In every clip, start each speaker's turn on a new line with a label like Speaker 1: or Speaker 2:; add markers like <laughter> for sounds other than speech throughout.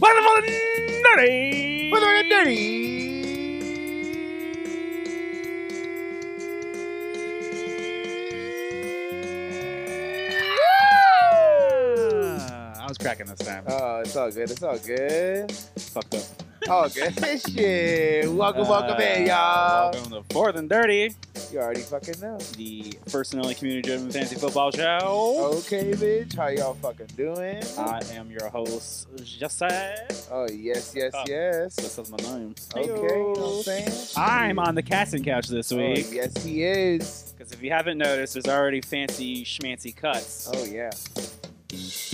Speaker 1: Wonderful and nerdy.
Speaker 2: Whether it's dirty.
Speaker 1: Ah, I was cracking this time.
Speaker 2: Oh, it's all good. It's all good.
Speaker 1: Fucked up.
Speaker 2: All good. <laughs> Shit. Welcome, welcome in,
Speaker 1: Uh,
Speaker 2: y'all.
Speaker 1: Welcome to Fourth and Dirty,
Speaker 2: You already fucking know.
Speaker 1: the first and only community-driven fantasy football show.
Speaker 2: Okay, bitch. How y'all fucking doing?
Speaker 1: I am your host, Jesse.
Speaker 2: Oh, yes, yes,
Speaker 1: Uh,
Speaker 2: yes.
Speaker 1: This is my name.
Speaker 2: Okay, you know what I'm saying?
Speaker 1: I'm on the casting couch this
Speaker 2: Oh,
Speaker 1: week
Speaker 2: yes, he is.
Speaker 1: because if you haven't noticed, there's already fancy schmancy cuts.
Speaker 2: Oh, yeah.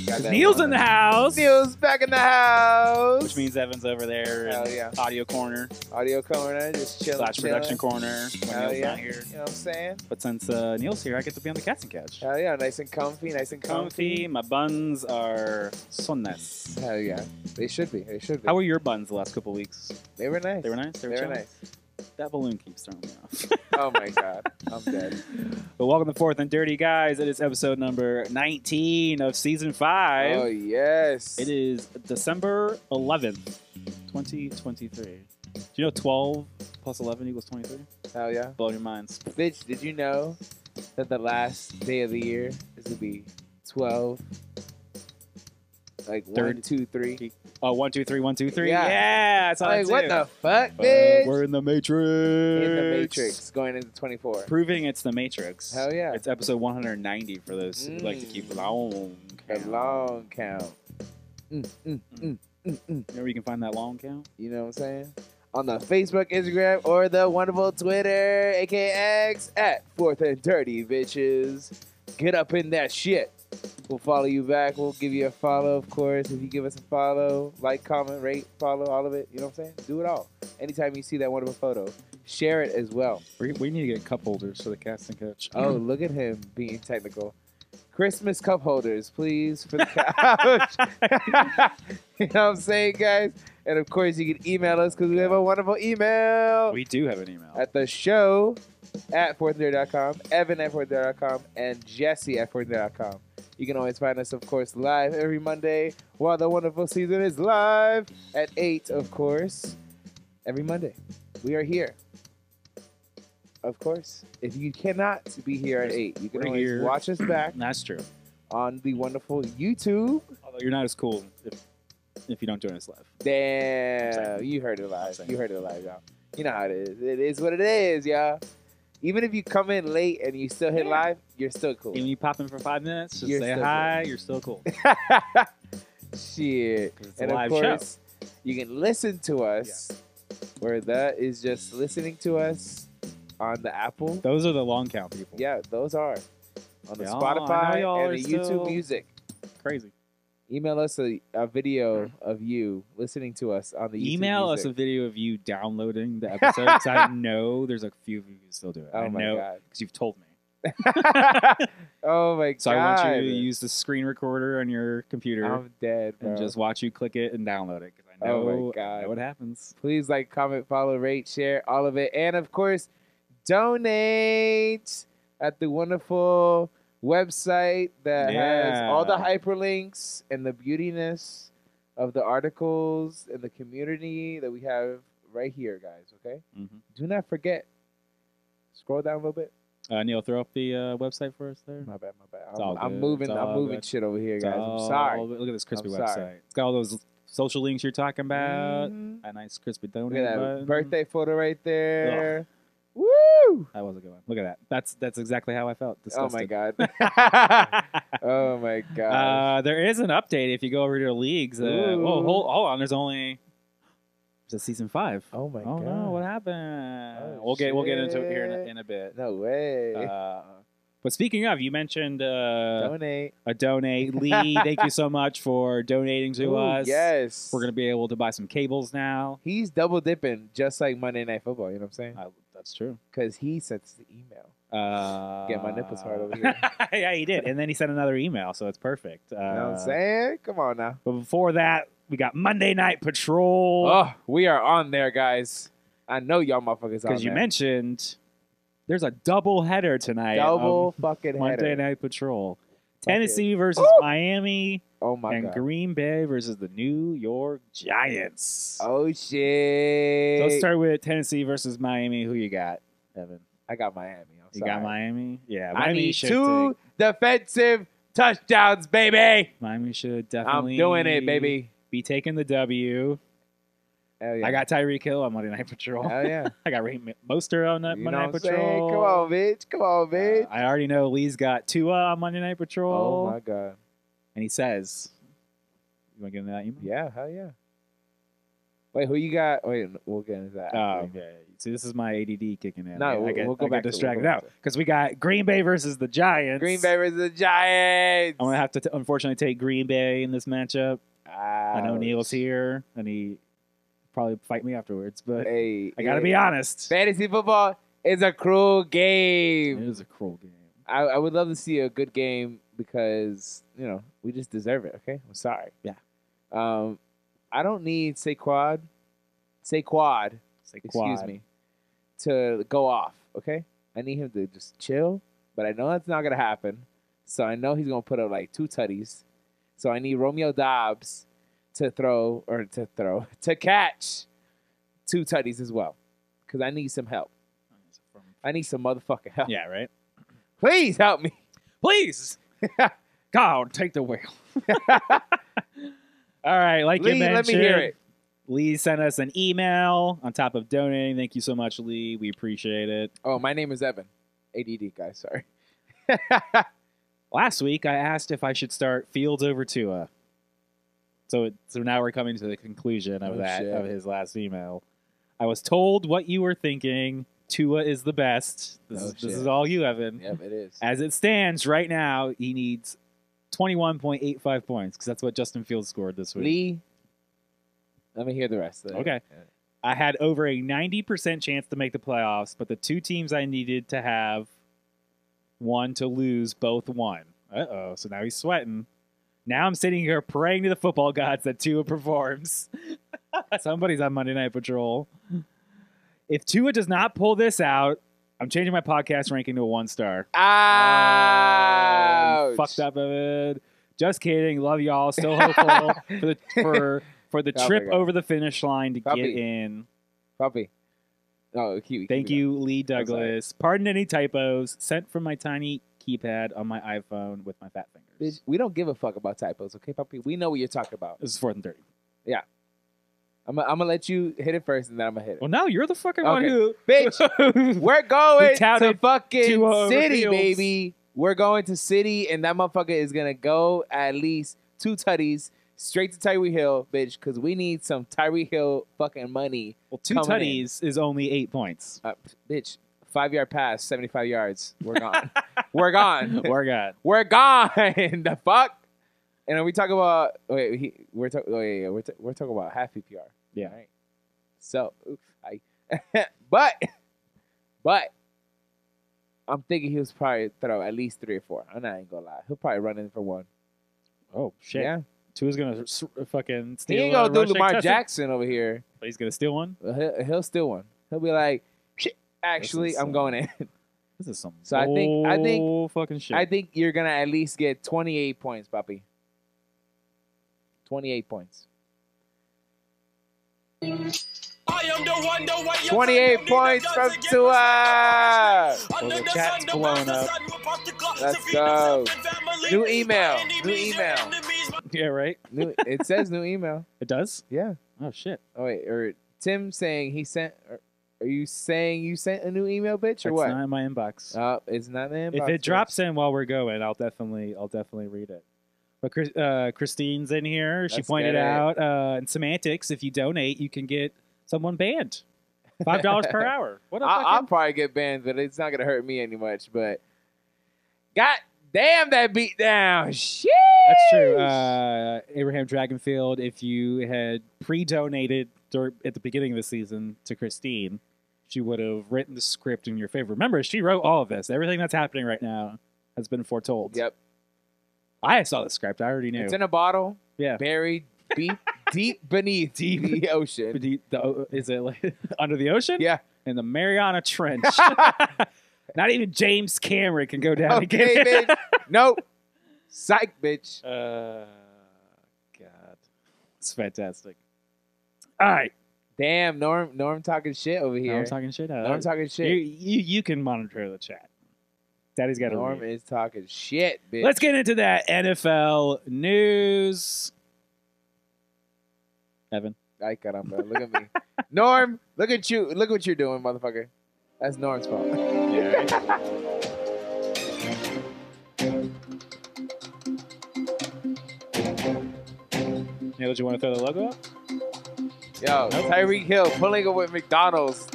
Speaker 2: Got that
Speaker 1: Neil's in
Speaker 2: one.
Speaker 1: the house,
Speaker 2: Neil's back in the house.
Speaker 1: which means Evan's over there. in
Speaker 2: Hell yeah.
Speaker 1: Audio corner
Speaker 2: Audio corner, just chilling.
Speaker 1: slash production
Speaker 2: chilling.
Speaker 1: corner when
Speaker 2: Hell
Speaker 1: Neil's
Speaker 2: yeah.
Speaker 1: not here.
Speaker 2: You know what I'm saying?
Speaker 1: But since uh, Neil's here, I get to be on the casting couch.
Speaker 2: Hell yeah, nice and comfy, nice and
Speaker 1: Comfy.
Speaker 2: comfy.
Speaker 1: My buns are sonas.
Speaker 2: Hell yeah, they should be. They should be.
Speaker 1: How were your buns the last couple weeks?
Speaker 2: they were nice.
Speaker 1: They were nice. They were, chilling?
Speaker 2: nice.
Speaker 1: That balloon keeps throwing me off.
Speaker 2: Oh my god, I'm
Speaker 1: <laughs>
Speaker 2: dead.
Speaker 1: but welcome to Fourth and Dirty, guys. It is episode number 19 of season five.
Speaker 2: Oh yes.
Speaker 1: It is December 11th, 2023. Do you know 12 plus 11 equals 23?
Speaker 2: Hell yeah,
Speaker 1: Blow your minds.
Speaker 2: bitch. Did you know that the last day of the year is gonna be twelve? Like
Speaker 1: Thirty.
Speaker 2: one, two, three.
Speaker 1: Oh, one, two, three, one, two, three.
Speaker 2: Yeah.
Speaker 1: Yeah, that's all
Speaker 2: Like
Speaker 1: that
Speaker 2: what
Speaker 1: too.
Speaker 2: the fuck,
Speaker 1: Uh,
Speaker 2: bitch?
Speaker 1: we're in the Matrix.
Speaker 2: in the Matrix, going into twenty-four.
Speaker 1: Proving it's the Matrix.
Speaker 2: Hell yeah.
Speaker 1: It's episode 190 for those who like to keep
Speaker 2: Mm.
Speaker 1: long.
Speaker 2: A
Speaker 1: count.
Speaker 2: long count. Mm, mm, mm, mm, mm.
Speaker 1: You know where you can find that long count?
Speaker 2: You know what I'm saying? On the Facebook, Instagram, or the wonderful Twitter, AKX at Fourth and Dirty Bitches. Get up in that shit. We'll follow you back. We'll give you a follow, of course. If you give us a follow, like, comment, rate, follow, all of it. You know what I'm saying? Do it all. Anytime you see that wonderful photo, share it as well.
Speaker 1: We, we need to get cup holders for the casting couch. <clears throat>
Speaker 2: Oh,
Speaker 1: <laughs>
Speaker 2: look at him being technical. Christmas cup holders, please, for the couch. <laughs> you know what I'm saying, guys? And of course, you can email us because we have a wonderful email
Speaker 1: we do have an email.
Speaker 2: at the show at fourthdare.com, Evan at fourthdare.com, and Jesse at fourthdare.com. You can always find us, of course, live every Monday while the wonderful season is live at 8, of course, every Monday. We are here. Of course. If you cannot be here at 8, you can
Speaker 1: We're
Speaker 2: always
Speaker 1: here.
Speaker 2: watch
Speaker 1: <clears throat>
Speaker 2: us back
Speaker 1: That's true.
Speaker 2: on the wonderful YouTube.
Speaker 1: Although you're not as cool if, if you don't join us live.
Speaker 2: Damn, you heard it
Speaker 1: I'm
Speaker 2: live.
Speaker 1: saying.
Speaker 2: You heard it live, y'all. You know how it is. It is what it is, y'all. Even if you come in late and you still hit
Speaker 1: Yeah.
Speaker 2: live, you're still cool.
Speaker 1: Even you pop in for five minutes, just
Speaker 2: You're
Speaker 1: say
Speaker 2: still
Speaker 1: hi. You're still cool.
Speaker 2: <laughs> Shit.
Speaker 1: 'Cause it's a
Speaker 2: And of
Speaker 1: live
Speaker 2: course, you can listen to us, where that is just listening to us on the Apple.
Speaker 1: show. Those are the long count people.
Speaker 2: Yeah, those are on the
Speaker 1: Y'all, I know y'all
Speaker 2: Spotify
Speaker 1: are
Speaker 2: and the YouTube
Speaker 1: still-
Speaker 2: Music.
Speaker 1: Crazy.
Speaker 2: Email us a, a video of you listening to us on the YouTube
Speaker 1: Email us
Speaker 2: music.
Speaker 1: a video of you downloading the episode because
Speaker 2: <laughs>
Speaker 1: I know there's a few of you who still do it.
Speaker 2: Oh
Speaker 1: I
Speaker 2: my
Speaker 1: know
Speaker 2: god.
Speaker 1: because you've told me.
Speaker 2: <laughs> oh my
Speaker 1: So
Speaker 2: god.
Speaker 1: I want you to use the screen recorder on your computer
Speaker 2: I'm dead, bro.
Speaker 1: and just watch you click it and download it because I know,
Speaker 2: Oh my
Speaker 1: I know
Speaker 2: God.
Speaker 1: what happens.
Speaker 2: please like, comment, follow, rate, share, all of it, and of course, donate at the wonderful website that has
Speaker 1: Yeah.
Speaker 2: all the hyperlinks and the beautiness of the articles and the community that we have right here, guys. Okay,
Speaker 1: hmm
Speaker 2: do not forget. Scroll down a little bit.
Speaker 1: Uh, Neil, throw up the uh, website for us there.
Speaker 2: My bad, my bad.
Speaker 1: It's all
Speaker 2: I'm, I'm
Speaker 1: good.
Speaker 2: moving.
Speaker 1: It's
Speaker 2: I'm
Speaker 1: all
Speaker 2: moving
Speaker 1: good.
Speaker 2: shit over here,
Speaker 1: It's
Speaker 2: guys. I'm
Speaker 1: all-
Speaker 2: sorry.
Speaker 1: Look at this crispy
Speaker 2: I'm
Speaker 1: website.
Speaker 2: sorry.
Speaker 1: It's got all those social links you're talking about.
Speaker 2: Mhm.
Speaker 1: A nice crispy donut.
Speaker 2: Look at that
Speaker 1: button.
Speaker 2: birthday photo right there. Woo!
Speaker 1: That was a good one. Look at that. That's that's exactly how I felt.
Speaker 2: Oh my
Speaker 1: Disgusted. <laughs>
Speaker 2: god. <laughs>
Speaker 1: god.
Speaker 2: oh my god.
Speaker 1: Uh, there is an update if you go over to the leagues. Uh,
Speaker 2: Ooh.
Speaker 1: oh, hold, hold on. There's only there's a season five.
Speaker 2: oh my
Speaker 1: oh
Speaker 2: god.
Speaker 1: no! What happened?
Speaker 2: oh,
Speaker 1: we'll get we'll get into it here in a, in a bit.
Speaker 2: No way.
Speaker 1: Uh, but speaking of, you mentioned uh,
Speaker 2: Donate
Speaker 1: a donate, Lee. thank you
Speaker 2: <laughs>
Speaker 1: so much for donating to
Speaker 2: Ooh,
Speaker 1: us.
Speaker 2: Yes.
Speaker 1: we're gonna be able to buy some cables now.
Speaker 2: He's double dipping just like Monday Night Football, you know what I'm saying?
Speaker 1: Uh, that's true.
Speaker 2: Because he sends the email.
Speaker 1: Uh,
Speaker 2: Get my nipples hard over here.
Speaker 1: <laughs> yeah, he did, and then he sent another email, so it's perfect. Uh,
Speaker 2: You know what I'm saying? Come on now.
Speaker 1: But before that, we got Monday Night Patrol.
Speaker 2: Oh, we are on there, guys. I know y'all motherfuckers.
Speaker 1: Because
Speaker 2: on
Speaker 1: you
Speaker 2: there.
Speaker 1: mentioned there's a double header tonight. of
Speaker 2: double fucking
Speaker 1: um, Monday
Speaker 2: header.
Speaker 1: Night Patrol.
Speaker 2: Fuck it.
Speaker 1: Tennessee versus
Speaker 2: Woo!
Speaker 1: Miami
Speaker 2: Oh my
Speaker 1: and
Speaker 2: god.
Speaker 1: Green Bay versus the New York Giants.
Speaker 2: Oh shit.
Speaker 1: So let's start with Tennessee versus Miami. Who you got, Evan?
Speaker 2: I got Miami. I'm
Speaker 1: You
Speaker 2: sorry.
Speaker 1: got Miami? Yeah, Miami
Speaker 2: I need
Speaker 1: should
Speaker 2: two
Speaker 1: take-
Speaker 2: defensive touchdowns, baby.
Speaker 1: Miami should
Speaker 2: I'm
Speaker 1: definitely
Speaker 2: doing it, baby.
Speaker 1: Be taking the W.
Speaker 2: Hell
Speaker 1: I got Tyreek Hill on Monday Night Patrol.
Speaker 2: Hell yeah.
Speaker 1: <laughs> I got Ray Moster on that
Speaker 2: You
Speaker 1: Monday
Speaker 2: know
Speaker 1: Night
Speaker 2: what I'm saying?
Speaker 1: Patrol.
Speaker 2: Come on, bitch. Come on, bitch.
Speaker 1: Uh, I already know Lee's got Tua on Monday Night Patrol,
Speaker 2: oh my god.
Speaker 1: and he says, "You want to give him that email?"
Speaker 2: Yeah. Hell yeah. Wait, who you got? Wait, we'll get into that.
Speaker 1: Oh,
Speaker 2: after.
Speaker 1: okay. See, this is my ADD kicking in.
Speaker 2: No,
Speaker 1: I,
Speaker 2: we'll-
Speaker 1: get,
Speaker 2: we'll go
Speaker 1: I
Speaker 2: back to-
Speaker 1: get distracted
Speaker 2: we'll go
Speaker 1: now
Speaker 2: back to
Speaker 1: because we got Green Bay versus the Giants.
Speaker 2: Green Bay versus the Giants.
Speaker 1: I'm gonna have to t- unfortunately take Green Bay in this matchup. I know
Speaker 2: Ouch.
Speaker 1: Neil's here, and he probably fight me afterwards. But
Speaker 2: Hey,
Speaker 1: I gotta
Speaker 2: hey.
Speaker 1: be honest.
Speaker 2: Fantasy football is a cruel
Speaker 1: It
Speaker 2: game.
Speaker 1: is a cruel game.
Speaker 2: I, I would love to see a good game because you know we just deserve it. Okay, I'm sorry.
Speaker 1: Yeah.
Speaker 2: Um, I don't need Saquad, Saquad,
Speaker 1: Say
Speaker 2: excuse me, to go off. Okay, I need him to just chill. But I know that's not gonna happen. So I know he's gonna put up like two tutties. So I need Romeo Dobbs to throw or to throw <laughs> to catch two tutties as well, because I need some help. I need some motherfucking help.
Speaker 1: Yeah, right.
Speaker 2: Please help me. <laughs>
Speaker 1: Please, God, take the wheel. All right, like you
Speaker 2: Lee,
Speaker 1: mentioned,
Speaker 2: let me hear it.
Speaker 1: Lee sent us an email on top of donating. Thank you so much, Lee. We appreciate it.
Speaker 2: Oh, my name is Evan. ADD guy, sorry.
Speaker 1: Last week, I asked if I should start Fields over Tua. So, it, so now we're coming to the conclusion of
Speaker 2: Oh,
Speaker 1: that
Speaker 2: shit.
Speaker 1: of his last email. I was told what you were thinking. Tua is the best. This,
Speaker 2: Oh,
Speaker 1: is, this
Speaker 2: shit.
Speaker 1: is all you, Evan.
Speaker 2: <laughs> yep, it is.
Speaker 1: As it stands right now, he needs twenty-one point eight five points because that's what Justin Fields scored this week.
Speaker 2: Lee, let me hear the rest of it.
Speaker 1: Okay. I had over a 90% chance to make the playoffs, but the two teams I needed to have one to lose both won. Uh oh. So now he's sweating. Now I'm sitting here praying to the football gods that Tua performs. <laughs> Somebody's on Monday Night Patrol. If Tua does not pull this out, I'm changing my podcast ranking to a one star.
Speaker 2: Ouch.
Speaker 1: Um, Fucked up, Evan. Just kidding. Love y'all. Still
Speaker 2: <laughs>
Speaker 1: hopeful for the for for the
Speaker 2: Oh my
Speaker 1: trip
Speaker 2: God.
Speaker 1: over the finish line to get
Speaker 2: Puppy.
Speaker 1: in.
Speaker 2: Puppy. No, keep,
Speaker 1: Thank
Speaker 2: keep it
Speaker 1: you, Lee
Speaker 2: sorry.
Speaker 1: Douglas. Pardon any typos sent from my tiny keypad on my iPhone with my fat
Speaker 2: up.
Speaker 1: fingers.
Speaker 2: Bitch, we don't give a fuck about typos, okay, Puppy? We know what you're talking about.
Speaker 1: This is fourth and thirty.
Speaker 2: I'm going to let you hit it first and then I'm going to hit
Speaker 1: <laughs>
Speaker 2: it.
Speaker 1: Well, no, you're the fucking one
Speaker 2: Okay.
Speaker 1: who.
Speaker 2: Bitch, we're going
Speaker 1: We touted
Speaker 2: to fucking
Speaker 1: two over
Speaker 2: City,
Speaker 1: Fields.
Speaker 2: baby. We're going to City, and that motherfucker is going to go at least two tutties straight to Tyree Hill, bitch, because we need some Tyree Hill fucking money.
Speaker 1: <laughs> well, two
Speaker 2: Coming in.
Speaker 1: tutties is only eight
Speaker 2: <laughs>
Speaker 1: points.
Speaker 2: Uh, bitch, five yard pass, 75 yards. We're gone. We're gone.
Speaker 1: We're God.
Speaker 2: We're gone. <laughs> the fuck? And then we talk about, wait, he, we're, talk, oh, yeah, yeah, we're, ta- we're talking about half PPR.
Speaker 1: Yeah.
Speaker 2: Right. So, oof, I, <laughs> but, but, I'm thinking he was probably throw at least three or four. I'm not even gonna lie. He'll probably run in for one.
Speaker 1: Oh shit.
Speaker 2: Yeah,
Speaker 1: Tua's gonna s- fucking
Speaker 2: he
Speaker 1: steal.
Speaker 2: ain't
Speaker 1: uh,
Speaker 2: gonna do
Speaker 1: rushing
Speaker 2: Lamar
Speaker 1: touchdown.
Speaker 2: Jackson over here.
Speaker 1: But he's gonna steal one.
Speaker 2: But He'll, he'll steal one. He'll be like, shit. Actually, I'm
Speaker 1: insane.
Speaker 2: going in.
Speaker 1: This is some.
Speaker 2: So I think- I think-
Speaker 1: bull fucking shit.
Speaker 2: I think you're gonna at least get 28 points, Poppy. 28 points.
Speaker 3: I am the one, the way
Speaker 2: 28 points from Tua.
Speaker 1: Well, the chat's blown up.
Speaker 2: Let's go. New email. New email.
Speaker 1: yeah, right.
Speaker 2: <laughs> New, it says new email.
Speaker 1: It does.
Speaker 2: Yeah.
Speaker 1: Oh shit.
Speaker 2: Oh wait, or Tim saying he sent. Or, are you saying you sent a new email, bitch, or
Speaker 1: It's
Speaker 2: what?
Speaker 1: not in my inbox.
Speaker 2: Uh, it's not in. the
Speaker 1: if
Speaker 2: inbox,
Speaker 1: it
Speaker 2: bitch.
Speaker 1: drops in while we're going, I'll definitely I'll definitely read it. But Chris, uh, Christine's in here. She
Speaker 2: Let's
Speaker 1: pointed
Speaker 2: get it.
Speaker 1: out uh, in semantics, if you donate, you can get someone
Speaker 2: <laughs>
Speaker 1: banned. Five dollars per hour. What a
Speaker 2: I, I'll
Speaker 1: fucking
Speaker 2: probably get banned, but it's not gonna hurt me any much. But god damn that beat down, shit.
Speaker 1: <laughs> that's true. Uh, Abraham Dragonfield, if you had pre-donated dur- at the beginning of the season to Christine, she would have written the script in your favor. Remember, she wrote all of this. Everything that's happening right now has been foretold.
Speaker 2: Yep.
Speaker 1: I saw the script. I already knew.
Speaker 2: It's in a bottle.
Speaker 1: Yeah. <laughs>
Speaker 2: Buried, beat deep beneath
Speaker 1: Deep.
Speaker 2: the ocean.
Speaker 1: The, <laughs> the- is it like, <laughs> under the ocean?
Speaker 2: Yeah.
Speaker 1: In the Mariana
Speaker 2: <laughs>
Speaker 1: Trench. <laughs> Not even James Cameron can go down
Speaker 2: Okay,
Speaker 1: again.
Speaker 2: bitch. Nope. Psych,
Speaker 1: <laughs>
Speaker 2: bitch.
Speaker 1: Uh, God, it's fantastic. All right,
Speaker 2: Damn, Norm. Norm talking shit over
Speaker 1: now
Speaker 2: here.
Speaker 1: I'm talking shit. Now.
Speaker 2: Norm talking shit.
Speaker 1: You, you you can monitor the chat. Daddy's got
Speaker 2: Norm
Speaker 1: to.
Speaker 2: is talking shit, bitch.
Speaker 1: Let's get into that NFL news. Evan,
Speaker 2: <laughs> Ay, caramba. Look
Speaker 1: <laughs>
Speaker 2: at me. Norm, look at you. Look what you're doing, motherfucker. That's
Speaker 1: <laughs>
Speaker 2: Norm's fault.
Speaker 1: Neil, did you want to throw the logo up?
Speaker 2: Yo, Tyreek Hill pulling up
Speaker 1: <laughs>
Speaker 2: with McDonald's.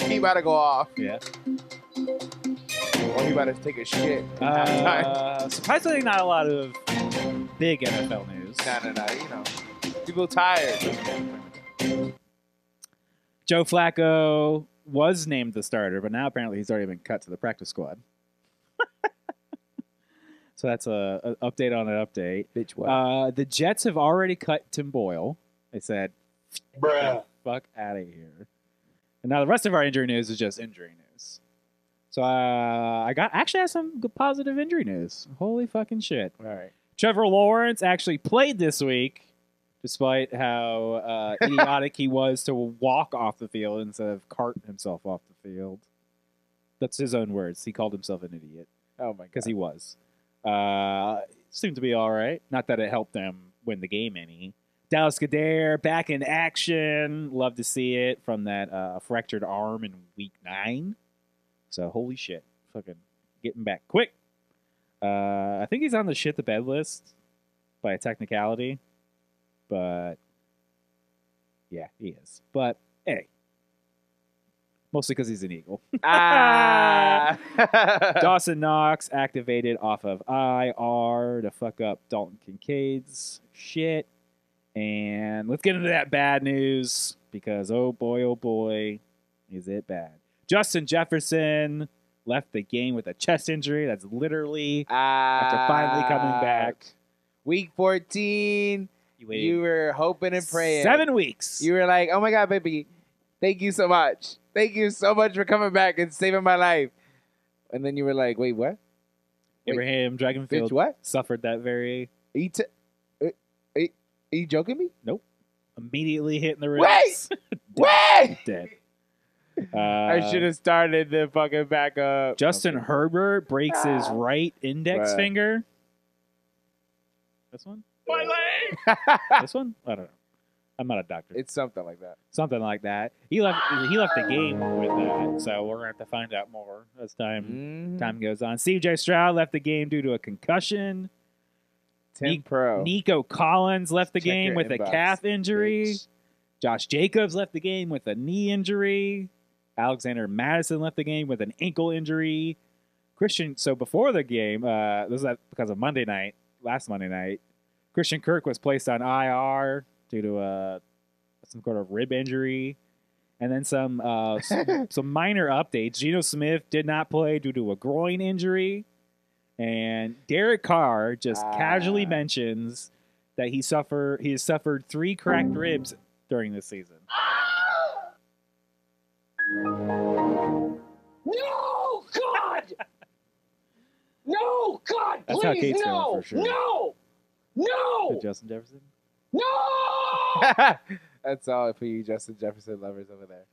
Speaker 2: he about to go off.
Speaker 1: Yeah.
Speaker 2: Or he about to take a shit. Halftime.
Speaker 1: <laughs> Uh, surprisingly, not a lot of big NFL news.
Speaker 2: <laughs> nah, nah, nah. You know, people tired.
Speaker 1: Joe Flacco was named the starter, but now apparently he's already been cut to the practice squad. <laughs> so that's a, a update on an update.
Speaker 2: Bitch, what?
Speaker 1: Uh, the Jets have already cut Tim Boyle. They said,
Speaker 3: Bruh.
Speaker 1: "Fuck out of here." And now the rest of our injury news is just injury news. So uh, I got actually have some good positive injury news. Holy fucking shit!
Speaker 2: All right.
Speaker 1: Trevor Lawrence actually played this week, despite how uh, idiotic he was to walk off the field instead of cart himself off the field. That's his own words. He called himself an idiot
Speaker 2: Oh, my God.
Speaker 1: because he was. Uh, seemed to be all right. Not that it helped them win the game any. Dallas Goddard back in action. Love to see it from that uh, fractured arm in week nine. So holy shit, fucking getting back quick. Uh, I think he's on the shit the bed list by a technicality, but yeah, he is. But hey, mostly because he's an eagle. <laughs>
Speaker 2: <laughs> ah.
Speaker 1: Dawson Knox activated off of IR to fuck up Dalton Kincaid's shit. And let's get into that bad news because oh boy, oh boy, is it bad. Justin Jefferson left the game with a chest injury. That's literally after finally coming back.
Speaker 2: Ah. Week 14.
Speaker 1: You
Speaker 2: You were hoping and praying.
Speaker 1: seven weeks.
Speaker 2: You were like, oh my God, baby. Thank you so much. Thank you so much for coming back and saving my life. And then you were like, wait, what? wait.
Speaker 1: Abraham
Speaker 2: Bitch,
Speaker 1: Dragonfield
Speaker 2: what?
Speaker 1: suffered that very
Speaker 2: Are you, t- are, are you- are you joking me?
Speaker 1: immediately hit in the
Speaker 2: Wait!
Speaker 1: ribs.
Speaker 2: Wait!
Speaker 1: Dead.
Speaker 2: <laughs> I should have started the fucking backup.
Speaker 1: Uh, Justin
Speaker 2: Okay.
Speaker 1: Herbert breaks his
Speaker 2: Ah.
Speaker 1: right index
Speaker 2: Bruh.
Speaker 1: finger. This one?
Speaker 3: My leg.
Speaker 1: this one? I don't know. I'm not a doctor.
Speaker 2: it's something like that.
Speaker 1: Something like that. He left. He left the game with that, so we're gonna have to find out more as time
Speaker 2: Mm,
Speaker 1: time goes on. C.J. Stroud left the game due to a concussion.
Speaker 2: Tim
Speaker 1: Nick-
Speaker 2: Pro.
Speaker 1: Nico Collins left the
Speaker 2: Oh. Check
Speaker 1: game
Speaker 2: your
Speaker 1: with a
Speaker 2: inbox,
Speaker 1: calf injury.
Speaker 2: bitch.
Speaker 1: Josh Jacobs left the game with a knee injury. Alexander Madison left the game with an ankle injury. Christian, so before the game, uh, this is at- because of Monday night, last Monday night, Christian Kirk was placed on IR due to uh, some sort of rib injury. And then some uh,
Speaker 3: <laughs>
Speaker 1: s- some minor updates. Geno Smith did not play due to a groin injury. And Derek Carr just
Speaker 2: Ah.
Speaker 1: casually mentions that he suffer he has suffered three cracked ribs during this season.
Speaker 3: Ah, No, God. No, God,
Speaker 1: That's
Speaker 3: please,
Speaker 1: how Kate's feeling
Speaker 3: no.
Speaker 1: for sure.
Speaker 3: No.
Speaker 1: To
Speaker 2: Oh.
Speaker 3: No.
Speaker 1: Justin Jefferson.
Speaker 3: No.
Speaker 2: <laughs> That's all for you, Justin Jefferson lovers over there.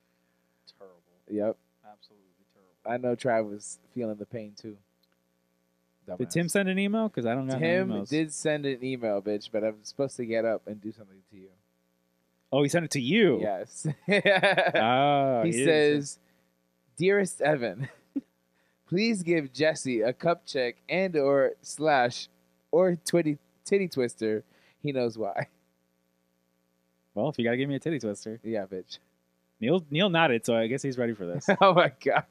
Speaker 1: Terrible.
Speaker 2: Yep.
Speaker 1: Absolutely terrible.
Speaker 2: I know Trav was feeling the pain too.
Speaker 1: Did
Speaker 2: Dumbass.
Speaker 1: Tim send an email? Because I don't got no
Speaker 2: Tim
Speaker 1: emails.
Speaker 2: did send an email, bitch, but I'm supposed to get up and do something to you.
Speaker 1: Oh, he sent it to you. <laughs>
Speaker 2: Yes. <laughs>
Speaker 1: Oh,
Speaker 2: he
Speaker 1: did.
Speaker 2: says, "Dearest Evan, <laughs> please give Jesse a cup check and or slash or twitty titty twister. He knows why. <laughs>
Speaker 1: "Well, if you gotta give me a titty twister."
Speaker 2: Yeah, bitch. <laughs>
Speaker 1: Neil Neil nodded, so I guess he's ready for this.
Speaker 2: oh my god.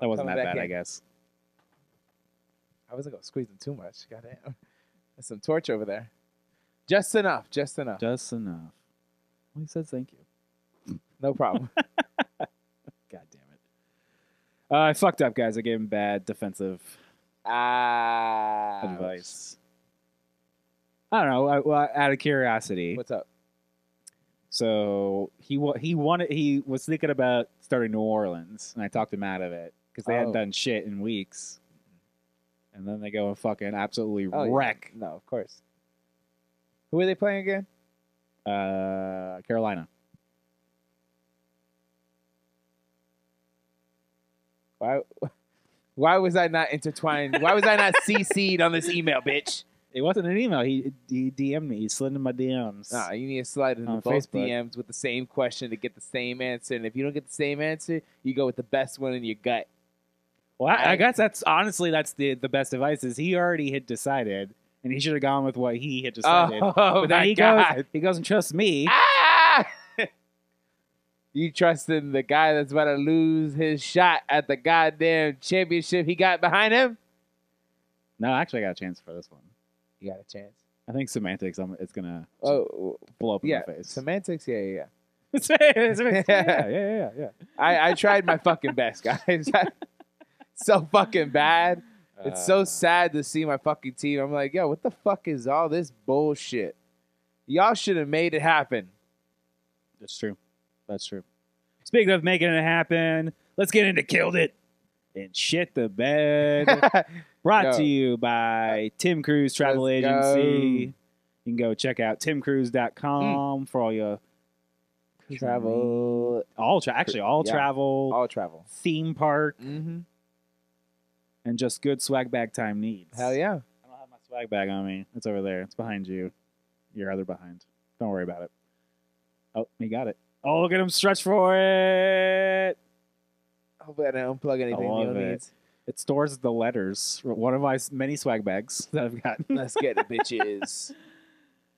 Speaker 1: That wasn't that
Speaker 2: coming back
Speaker 1: bad, I
Speaker 2: in.
Speaker 1: guess.
Speaker 2: "Oh, <laughs> I wasn't gonna squeeze him too much. Goddamn. That's some torch over there. Just enough. Just enough.
Speaker 1: Just enough. Well, he says thank you. <laughs>
Speaker 2: No problem.
Speaker 1: God damn it. Uh, I fucked up, guys. I gave him bad defensive
Speaker 2: Ah.
Speaker 1: advice. I don't know. I, well, out of curiosity,
Speaker 2: What's up?
Speaker 1: so he wa- he wanted he was thinking about starting New Orleans, and I talked him out of it because they
Speaker 2: Oh.
Speaker 1: hadn't done shit in weeks. And then they go and fucking absolutely
Speaker 2: Oh, yeah.
Speaker 1: wreck
Speaker 2: No, of course. Who are they playing again?
Speaker 1: uh, Carolina.
Speaker 2: Why? <laughs> Why was I not intertwined? Why was
Speaker 1: <laughs>
Speaker 2: I not CC'd on this email, bitch?
Speaker 1: It wasn't an email. He he DM'd me. He slid in my DMs.
Speaker 2: Nah, you need to slide into
Speaker 1: On
Speaker 2: both
Speaker 1: Facebook.
Speaker 2: DMs with the same question to get the same answer. And if you don't get the same answer, you go with the best one in your gut.
Speaker 1: Well, I, I
Speaker 2: I-
Speaker 1: guess that's honestly that's the the best advice is he already had decided, and he should have gone with what he had decided.
Speaker 2: oh
Speaker 1: but then he goes, he goes and trusts me.
Speaker 2: Ah! <laughs> you trusting the guy that's about to lose his shot at the goddamn championship he got behind him?
Speaker 1: No, actually, I got a chance for this one.
Speaker 2: You got a chance.
Speaker 1: I think semantics. I'm, it's gonna
Speaker 2: Oh,
Speaker 1: blow up in
Speaker 2: yeah.
Speaker 1: my face.
Speaker 2: Semantics, yeah, yeah,
Speaker 1: <laughs>
Speaker 2: yeah.
Speaker 1: Semantics, yeah, yeah, yeah, yeah.
Speaker 2: I, I tried my fucking best, guys. <laughs> so fucking bad. It's
Speaker 1: Uh,
Speaker 2: so sad to see my fucking team. I'm like, yo, what the fuck is all this bullshit? Y'all should have made it <laughs> happen.
Speaker 1: That's true. That's true. Speaking of making it happen, let's get into killed it and shit the bed. Brought
Speaker 2: <laughs> Yo.
Speaker 1: to you by Tim Cruise Travel
Speaker 2: Let's
Speaker 1: Agency.
Speaker 2: go. Hmm.
Speaker 1: You can go check out timcruise.com for all your
Speaker 2: travel,
Speaker 1: all tra- actually all
Speaker 2: Yeah.
Speaker 1: travel,
Speaker 2: all travel.
Speaker 1: theme park,
Speaker 2: Mm-hmm.
Speaker 1: and just good swag bag time needs.
Speaker 2: Hell yeah.
Speaker 1: I don't have my swag bag on me. It's over there. It's behind you. Your other behind. Don't worry about it. Oh, he got it. Oh, look at him stretch for it.
Speaker 2: Hopefully, I don't plug anything
Speaker 1: love
Speaker 2: Neil
Speaker 1: it.
Speaker 2: needs.
Speaker 1: It stores the letters. One of my s- many swag bags that I've
Speaker 2: <laughs>
Speaker 1: gotten.
Speaker 2: Let's get it, bitches.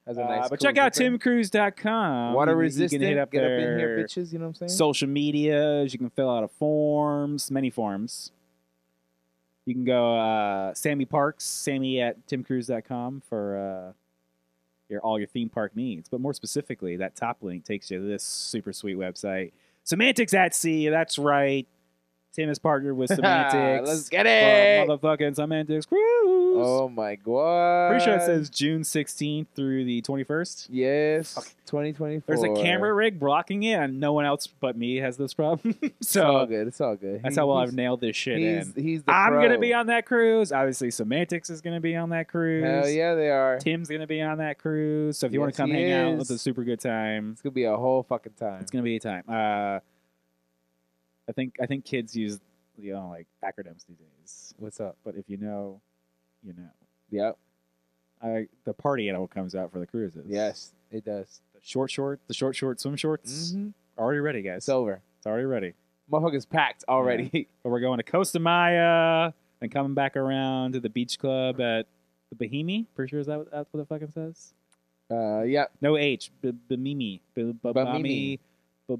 Speaker 2: That's a
Speaker 1: Uh,
Speaker 2: nice.
Speaker 1: but
Speaker 2: cool
Speaker 1: check out
Speaker 2: zipper.
Speaker 1: timcruise.com. You
Speaker 2: Water
Speaker 1: can-
Speaker 2: resistant.
Speaker 1: You can hit up
Speaker 2: get
Speaker 1: their
Speaker 2: up in here, bitches. You know what I'm saying?
Speaker 1: social medias. You can fill out a forms, many forms. You can go uh, Sammy Parks, Sammy at timcruise.com for uh, your all your theme park needs. But more specifically, that top link takes you to this super sweet website. Semantics at sea. That's right. Tim is partnered
Speaker 2: <laughs>
Speaker 1: with Semantics.
Speaker 2: <laughs> Let's get
Speaker 1: for
Speaker 2: it.
Speaker 1: motherfucking Semantics Cruise.
Speaker 2: Oh my god.
Speaker 1: Pretty sure it says June 16th through the 21st.
Speaker 2: yes.
Speaker 1: Fuck.
Speaker 2: 2024.
Speaker 1: There's a camera rig blocking it, and no one else but me has this problem. <laughs>
Speaker 2: It's all
Speaker 1: so
Speaker 2: good. It's all good.
Speaker 1: that's
Speaker 2: He-
Speaker 1: how well
Speaker 2: he's-
Speaker 1: I've nailed this shit
Speaker 2: He's,
Speaker 1: in.
Speaker 2: he's the
Speaker 1: I'm
Speaker 2: pro.
Speaker 1: gonna be on that cruise. Obviously, Semantics is gonna be on that cruise.
Speaker 2: Hell yeah, they are.
Speaker 1: Tim's gonna be on that cruise. So if you want
Speaker 2: Yes,
Speaker 1: to come
Speaker 2: he
Speaker 1: hang out,
Speaker 2: is.
Speaker 1: it's a super good time.
Speaker 2: It's gonna be a whole fucking time.
Speaker 1: It's gonna be a time. Uh, I think I think kids use you know like acronyms these days,
Speaker 2: What's up?
Speaker 1: but if you know, you know.
Speaker 2: Yep.
Speaker 1: I, the party animal comes out for the cruises.
Speaker 2: Yes, it does.
Speaker 1: the short short, the short short swim shorts.
Speaker 2: Mm-hmm.
Speaker 1: Already ready, guys.
Speaker 2: It's over.
Speaker 1: It's already ready.
Speaker 2: Motherfuckers packed already. <laughs>
Speaker 1: But we're going to Costa Maya and coming back around to the beach club at the Bahimi. Pretty sure is that what, that's what it fucking says.
Speaker 2: uh, yep.
Speaker 1: No H. B- Bahimi. B- Bahimi.
Speaker 2: Bahimi.
Speaker 1: B-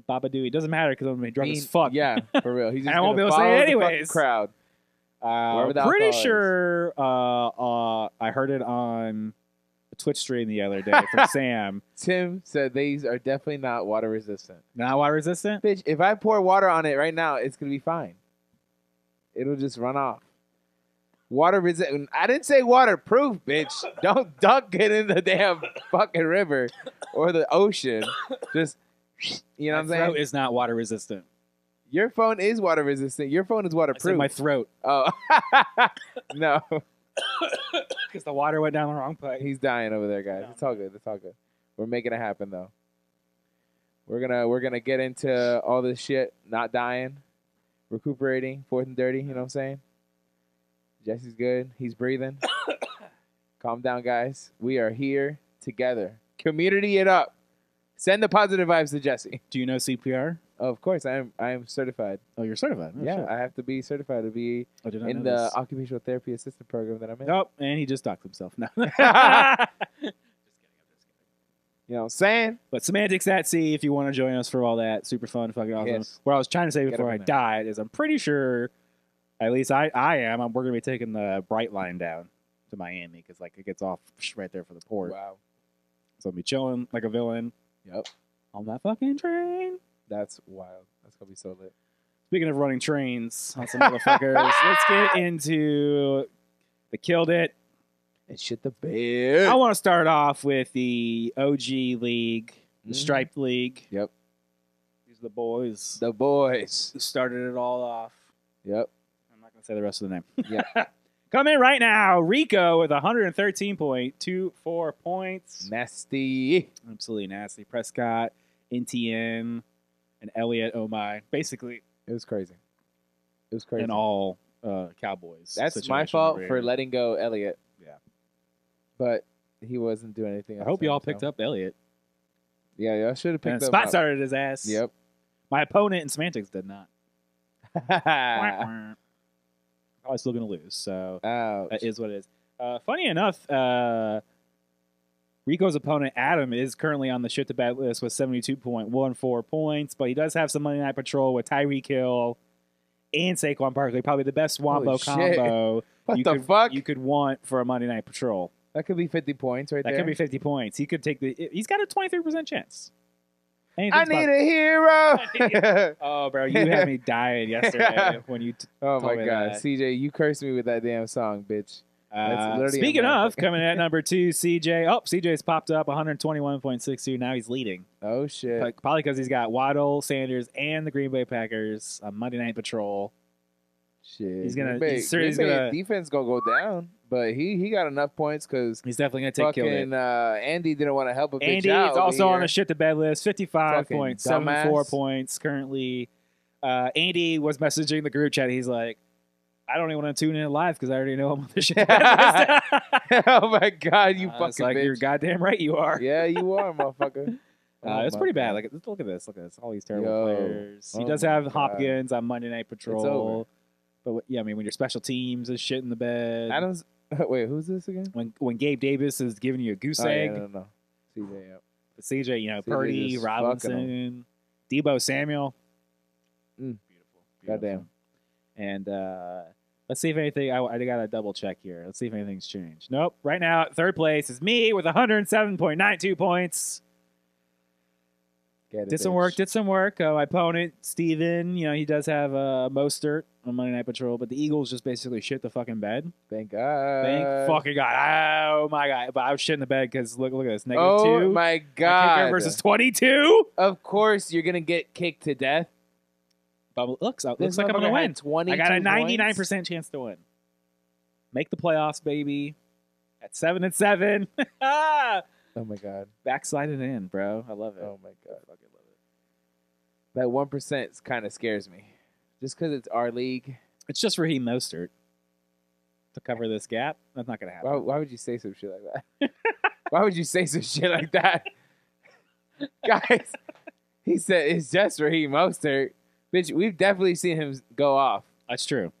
Speaker 1: Babadoo. It doesn't matter because I'm gonna be drunk
Speaker 2: Mean-
Speaker 1: as fuck. <laughs>
Speaker 2: Yeah, for real. He's just
Speaker 1: And I won't
Speaker 2: gonna
Speaker 1: be able to say it
Speaker 2: follow the fucking
Speaker 1: anyways.
Speaker 2: Crowd. Um,
Speaker 1: Uh,
Speaker 2: Wherever the
Speaker 1: pretty
Speaker 2: alcohol is.
Speaker 1: sure uh, uh, I heard it on a Twitch stream the other day
Speaker 2: <laughs>
Speaker 1: from Sam.
Speaker 2: Tim said these are definitely not water resistant.
Speaker 1: Not water resistant.
Speaker 2: Bitch, if I pour water on it right now, it's gonna be fine. It'll just run off. Water resistant. I didn't say waterproof,
Speaker 1: <laughs>
Speaker 2: bitch. Don't duck it in the damn fucking river or the ocean. Just you know
Speaker 1: My
Speaker 2: what I'm saying.
Speaker 1: throat is not water resistant.
Speaker 2: Your phone is water resistant. Your phone is
Speaker 1: I said
Speaker 2: waterproof.
Speaker 1: my throat
Speaker 2: oh <laughs> no,
Speaker 1: because the water went down the wrong place.
Speaker 2: he's dying over there, guys.
Speaker 1: No.
Speaker 2: It's all good. It's all good. We're making it happen though. We're gonna we're gonna get into all this shit. Not dying, recuperating, fourth and dirty. You know what I'm saying? Jesse's good. He's breathing. <coughs> Calm down, guys. We are here together. Community it up. Send the positive vibes to Jesse.
Speaker 1: Do you know CPR?
Speaker 2: Of course, I am. I am certified.
Speaker 1: Oh, you're certified. Oh,
Speaker 2: yeah,
Speaker 1: shit.
Speaker 2: I have to be certified to be
Speaker 1: I did not
Speaker 2: in
Speaker 1: know
Speaker 2: the
Speaker 1: this.
Speaker 2: occupational therapy assistant program that I'm in.
Speaker 1: Nope, and he just docked himself.
Speaker 2: <laughs>
Speaker 1: No. <laughs>
Speaker 2: You know what I'm saying?
Speaker 1: but semantics at sea, if you want to join us for all that, super fun, fucking awesome.
Speaker 2: Yes.
Speaker 1: What I was trying to say
Speaker 2: Get
Speaker 1: before
Speaker 2: up
Speaker 1: I
Speaker 2: in there.
Speaker 1: died is I'm pretty sure, at least I, I am, I'm, we're going to be taking the Bright Line down to Miami because like it gets off right there for the port.
Speaker 2: Wow.
Speaker 1: So I'm be chilling like a villain
Speaker 2: Yep.
Speaker 1: on that fucking train.
Speaker 2: That's wild. That's gonna be so lit.
Speaker 1: Speaking of running trains on some motherfuckers, let's
Speaker 2: <laughs>
Speaker 1: get into the killed it.
Speaker 2: And shit the bear.
Speaker 1: I want to start off with the OG league, the
Speaker 2: Mhm.
Speaker 1: Striped League.
Speaker 2: Yep.
Speaker 1: These are the boys
Speaker 2: the boys.
Speaker 1: that started it all off.
Speaker 2: Yep.
Speaker 1: I'm not going to say the rest of the name.
Speaker 2: Yeah.
Speaker 1: <laughs> Come in right now, Rico with 113.24 points.
Speaker 2: Nasty.
Speaker 1: Absolutely nasty. Prescott, NTN, and Elliot. Oh my! Basically,
Speaker 2: It was crazy. It was crazy.
Speaker 1: in all uh, Cowboys.
Speaker 2: That's my
Speaker 1: situation
Speaker 2: fault
Speaker 1: over here.
Speaker 2: for letting go Elliot.
Speaker 1: Yeah.
Speaker 2: But he wasn't doing anything.
Speaker 1: I hope y'all picked up Elliot.
Speaker 2: Yeah, y'all should have picked
Speaker 1: And
Speaker 2: up.
Speaker 1: Spot started his ass.
Speaker 2: Yep.
Speaker 1: My opponent in semantics did not. <laughs>
Speaker 2: <laughs> Ouch.
Speaker 1: I'm Probably Oh, still gonna lose. So that is what it is. Uh, funny enough, uh, Rico's opponent Adam is currently on the shit to bet list with seventy two point one four points, but he does have some Monday Night Patrol with Tyreek Hill and Saquon Barkley, probably the best wombo
Speaker 2: Holy shit.
Speaker 1: combo
Speaker 2: <laughs> what
Speaker 1: you
Speaker 2: the
Speaker 1: could,
Speaker 2: fuck?
Speaker 1: you could want for a Monday Night Patrol.
Speaker 2: that could be 50 points right
Speaker 1: That
Speaker 2: there.
Speaker 1: could be fifty points. He could take the. He's got a twenty three percent chance.
Speaker 2: I
Speaker 1: Anything's
Speaker 2: need a hero.
Speaker 1: <laughs>
Speaker 2: <laughs>
Speaker 1: possible. Oh, bro, you had me dying yesterday when you t-
Speaker 2: oh
Speaker 1: Told
Speaker 2: my
Speaker 1: me
Speaker 2: god,
Speaker 1: that.
Speaker 2: CJ, you cursed me with that damn song, bitch. That's
Speaker 1: Uh,
Speaker 2: literally
Speaker 1: speaking
Speaker 2: amazing.
Speaker 1: of, coming in
Speaker 2: <laughs>
Speaker 1: at number two, CJ. Oh, CJ's popped up 121.62. Now he's leading.
Speaker 2: Oh shit.
Speaker 1: Like, Probably because he's got Waddle, Sanders, and the Green Bay Packers on Monday Night Patrol.
Speaker 2: Shit.
Speaker 1: He's gonna-
Speaker 2: Green Bay-
Speaker 1: he's certainly
Speaker 2: Green Bay
Speaker 1: gonna-
Speaker 2: defense gonna go down, but he he got enough points because
Speaker 1: He's definitely going to take kill it.
Speaker 2: fucking uh, Andy didn't want to help a bitch
Speaker 1: Andy
Speaker 2: out.
Speaker 1: is
Speaker 2: over
Speaker 1: also on
Speaker 2: <laughs> here.
Speaker 1: the shit to bed list, 55.74
Speaker 2: dumbass.
Speaker 1: points currently. Uh, Andy was messaging the group chat. He's like, I don't even want to tune in live because I already know I'm on the <laughs> shit to bed list.
Speaker 2: oh my god, <laughs> you
Speaker 1: Uh,
Speaker 2: fucking
Speaker 1: it's like, You're
Speaker 2: bitch.
Speaker 1: goddamn right you are.
Speaker 2: yeah, you are,
Speaker 1: <laughs>
Speaker 2: motherfucker.
Speaker 1: Uh,
Speaker 2: Oh
Speaker 1: it's
Speaker 2: my
Speaker 1: pretty bad.
Speaker 2: God.
Speaker 1: Like, look at this. Look at this. All these terrible
Speaker 2: Yo.
Speaker 1: players. He
Speaker 2: Oh
Speaker 1: does
Speaker 2: my
Speaker 1: have
Speaker 2: God.
Speaker 1: Hopkins on Monday Night Patrol.
Speaker 2: over.
Speaker 1: But what- yeah, I mean, when your special teams is shit in the bed,
Speaker 2: Adams. <laughs> Wait, who's this again?
Speaker 1: when when Gabe Davis is giving you a goose
Speaker 2: Oh, yeah,
Speaker 1: egg,
Speaker 2: no, no, no. CJ. Yep.
Speaker 1: CJ, you know,
Speaker 2: CJ
Speaker 1: Purdy,
Speaker 2: just fucking 'em.
Speaker 1: Robinson, Debo Samuel.
Speaker 2: Mm.
Speaker 1: Beautiful.
Speaker 2: Goddamn.
Speaker 1: And uh, let's see if anything, I, I got to double check here. Let's see if anything's changed. Nope. Right now, at third place is me with 107.92 points.
Speaker 2: Get it,
Speaker 1: Did some
Speaker 2: bitch.
Speaker 1: work. Did some work. Uh, my opponent, Steven, you know, he does have uh, Mostert on Monday Night Patrol, but the Eagles just basically shit the fucking bed.
Speaker 2: Thank God.
Speaker 1: Thank fucking God. Oh, my God. But I was shitting the bed because look, look at this. Negative
Speaker 2: Oh
Speaker 1: two.
Speaker 2: my
Speaker 1: My kicker
Speaker 2: God.
Speaker 1: versus 22.
Speaker 2: of course, you're gonna get kicked to death.
Speaker 1: But it looks, it looks
Speaker 2: This
Speaker 1: like I'm going to
Speaker 2: motherfucker had
Speaker 1: win.
Speaker 2: 22
Speaker 1: I got a 99%
Speaker 2: points.
Speaker 1: chance to win. Make the playoffs, baby. At 7 and 7.
Speaker 2: Oh my God.
Speaker 1: <laughs> Backslided in, bro. I love it.
Speaker 2: Oh my God. I fucking love it. That one percent kind of scares me, just because it's our league.
Speaker 1: It's just Raheem Mostert to cover this gap. That's not going to happen.
Speaker 2: Why, why would you say some shit like that? <laughs> why would you say some shit like that? <laughs> Guys, he said it's just Raheem Mostert. Bitch, we've definitely seen him go off.
Speaker 1: That's true,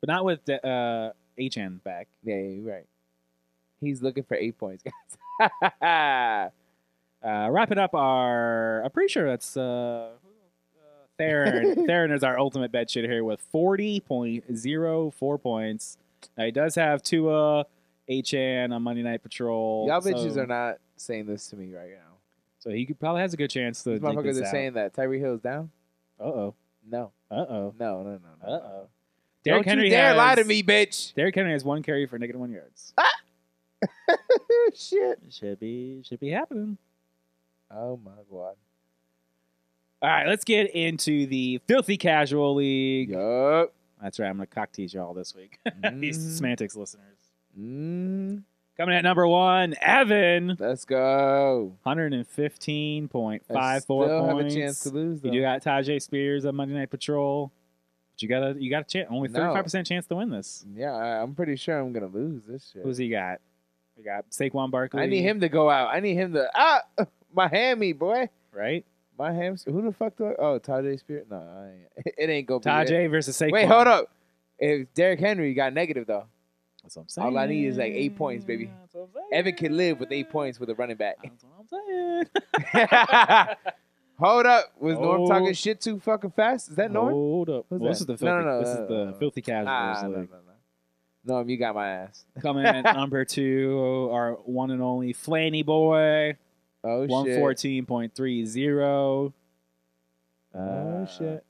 Speaker 1: but not with the, uh, HN back.
Speaker 2: Yeah, yeah, you're right. He's looking for eight points, <laughs> guys.
Speaker 1: Uh, wrap it up. Our I'm pretty sure that's uh, uh,
Speaker 2: <laughs>
Speaker 1: Theron. Theron is our ultimate bet shit here with 40.04 points. Now he does have Tua, HN on Monday Night Patrol.
Speaker 2: Y'all
Speaker 1: so,
Speaker 2: bitches are not saying this to me right now.
Speaker 1: So he could, probably has a good chance to.
Speaker 2: These motherfuckers are saying that. Tyree Hill's down?
Speaker 1: Uh oh.
Speaker 2: No.
Speaker 1: Uh oh.
Speaker 2: No, no, no, no.
Speaker 1: Uh oh.
Speaker 2: Don't you dare
Speaker 1: has,
Speaker 2: lie to me, bitch.
Speaker 1: Derrick Henry has one carry for negative one yards.
Speaker 2: <laughs> Shit.
Speaker 1: Should be should be happening.
Speaker 2: Oh my god.
Speaker 1: All right, let's get into the filthy casual league.
Speaker 2: Yup.
Speaker 1: <laughs> That's right, I'm gonna cock tease y'all this week. <laughs> These
Speaker 2: Mm.
Speaker 1: semantics listeners.
Speaker 2: Mm,
Speaker 1: Coming at number one, Evan,
Speaker 2: let's go.
Speaker 1: 115.54
Speaker 2: I still
Speaker 1: points.
Speaker 2: have a chance to lose though.
Speaker 1: you do got Tajay Spears on Monday Night Patrol, but you got a you got a chance, only
Speaker 2: No.
Speaker 1: 35 percent chance to win this.
Speaker 2: yeah, I, I'm pretty sure I'm gonna lose this shit.
Speaker 1: Who's he got? We got Saquon Barkley.
Speaker 2: I need him to go out. I need him to ah <laughs> my hammy boy.
Speaker 1: right?
Speaker 2: My hamster. Who the fuck do I? Oh, Tajay Spirit. No, I ain't. <laughs> it ain't gonna be. it.
Speaker 1: Tajay versus Saquon.
Speaker 2: Wait, hold up. If Derrick Henry got negative though,
Speaker 1: That's what I'm saying.
Speaker 2: All I need is, like, eight points, baby.
Speaker 1: That's what I'm
Speaker 2: Evan can live with eight
Speaker 1: saying.
Speaker 2: points with a running back. <laughs>
Speaker 1: That's what I'm saying.
Speaker 2: hold up. Was Norm
Speaker 1: Oh.
Speaker 2: talking shit too fucking fast? Is that Norm?
Speaker 1: Hold up.
Speaker 2: Who's
Speaker 1: Well, this
Speaker 2: that?
Speaker 1: is the filthy,
Speaker 2: No, no, no,
Speaker 1: this
Speaker 2: no,
Speaker 1: is the
Speaker 2: no, no.
Speaker 1: filthy casuals
Speaker 2: Ah, no, no,
Speaker 1: league.
Speaker 2: no. Norm,
Speaker 1: <laughs>
Speaker 2: you got my ass. <laughs>
Speaker 1: Coming in at number two, our one and only Flanny Boy.
Speaker 2: Oh shit.
Speaker 1: 114.30. Uh,
Speaker 2: Oh shit.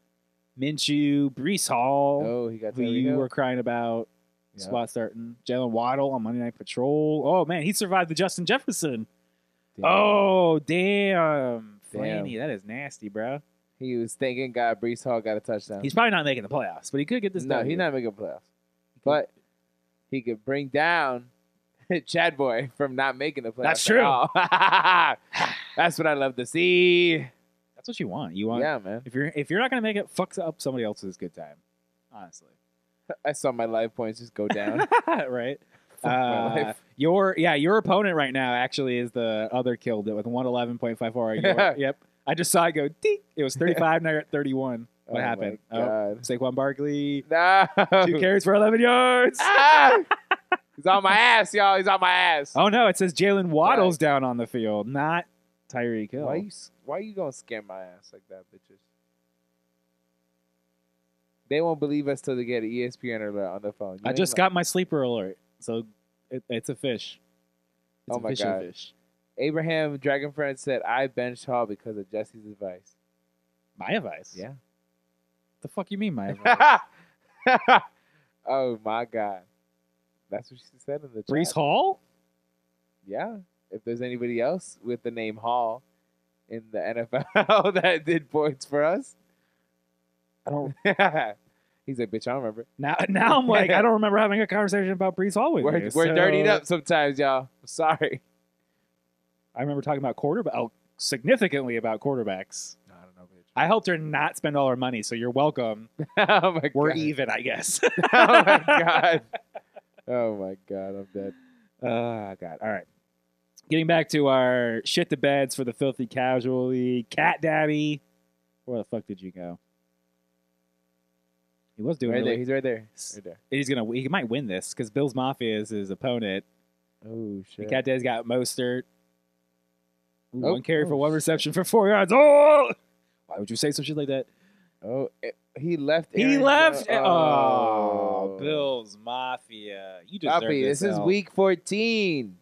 Speaker 1: Minshew, Brees Hall,
Speaker 2: Oh, he got
Speaker 1: who
Speaker 2: Tyreek
Speaker 1: you
Speaker 2: Hill.
Speaker 1: were crying about,
Speaker 2: Yeah.
Speaker 1: spot starting. Jalen Waddle on Monday Night Patrol. Oh man, he survived the Justin Jefferson.
Speaker 2: Damn.
Speaker 1: Oh damn,
Speaker 2: Damn.
Speaker 1: Flaney, that is nasty, bro.
Speaker 2: He was thinking God Brees Hall got a touchdown.
Speaker 1: He's probably not making the playoffs, but he could get this.
Speaker 2: no,
Speaker 1: W.
Speaker 2: he's not making playoffs. But he could bring down <laughs> Chad Boy from not making the playoffs.
Speaker 1: That's
Speaker 2: at
Speaker 1: true.
Speaker 2: all. <laughs> That's what I love to see.
Speaker 1: That's what you want. You want
Speaker 2: Yeah, man.
Speaker 1: if you're if you're not gonna make it, fucks up somebody else's good time. Honestly,
Speaker 2: I saw my live points just
Speaker 1: <laughs>
Speaker 2: go down.
Speaker 1: right?
Speaker 2: Fuck my
Speaker 1: Uh,
Speaker 2: life.
Speaker 1: your yeah, your opponent right now actually is the other killed it with one eleven point five four. Yep, I just saw it go. Ding! It was thirty five. now you're at thirty one.
Speaker 2: Oh
Speaker 1: What
Speaker 2: my
Speaker 1: happened? Oh,
Speaker 2: God.
Speaker 1: Saquon Barkley two
Speaker 2: No.
Speaker 1: carries for eleven yards.
Speaker 2: <laughs> Ah! He's on my ass, y'all. He's on my ass.
Speaker 1: Oh no! It says Jalen Waddles down on the field, not Tyreek Hill.
Speaker 2: Why you why you gonna scare my ass like that, bitches? They won't believe us till they get E an ESPN alert on their phone. You
Speaker 1: I
Speaker 2: ain't
Speaker 1: just
Speaker 2: li-
Speaker 1: got my sleeper alert, so it, it's a fish. It's
Speaker 2: Oh
Speaker 1: a
Speaker 2: my
Speaker 1: fish of
Speaker 2: God.
Speaker 1: Fish.
Speaker 2: Abraham Dragon Friend said I benched Hall because of
Speaker 1: <laughs>
Speaker 2: Jesse's advice. <laughs>
Speaker 1: My advice.
Speaker 2: Yeah.
Speaker 1: The fuck you
Speaker 2: <laughs>
Speaker 1: mean my advice?
Speaker 2: oh my god, that's what she said in the
Speaker 1: Brees
Speaker 2: chat.
Speaker 1: Hall?
Speaker 2: Yeah. If there's anybody else with the name Hall in the NFL <laughs> that did points for us, <laughs>
Speaker 1: I don't.
Speaker 2: he's like, bitch, I don't remember.
Speaker 1: Now, <laughs> now I'm like, I don't remember having a conversation about Brees Hall with
Speaker 2: We're
Speaker 1: you.
Speaker 2: we're
Speaker 1: so-
Speaker 2: dirtied up sometimes, y'all. I'm sorry.
Speaker 1: I remember talking about quarterback. Oh, significantly about quarterbacks.
Speaker 2: No, I don't know, bitch.
Speaker 1: I helped her not spend all her money, so you're
Speaker 2: <laughs>
Speaker 1: welcome.
Speaker 2: oh my
Speaker 1: We're
Speaker 2: god.
Speaker 1: even, I guess. <laughs>
Speaker 2: oh my god. Oh my god, I'm dead.
Speaker 1: Oh, God. All right. Getting back to our shit to beds for the filthy casually. Cat Daddy. Where the fuck did you go? He was doing
Speaker 2: Right there,
Speaker 1: really.
Speaker 2: he's right there. Right there.
Speaker 1: He's gonna. He might win this because Bill's Mafia is his opponent.
Speaker 2: Oh shit.
Speaker 1: Cat Daddy's got Mostert. Ooh,
Speaker 2: Oh,
Speaker 1: One carry for
Speaker 2: oh,
Speaker 1: one
Speaker 2: shit.
Speaker 1: reception for four yards. Oh, why would you say some shit like that?
Speaker 2: Oh, eh, he left.
Speaker 1: he
Speaker 2: Aaron
Speaker 1: left.
Speaker 2: Jones-
Speaker 1: Oh, Bills Mafia. You deserve
Speaker 2: Copy. This is
Speaker 1: Al.
Speaker 2: week 14.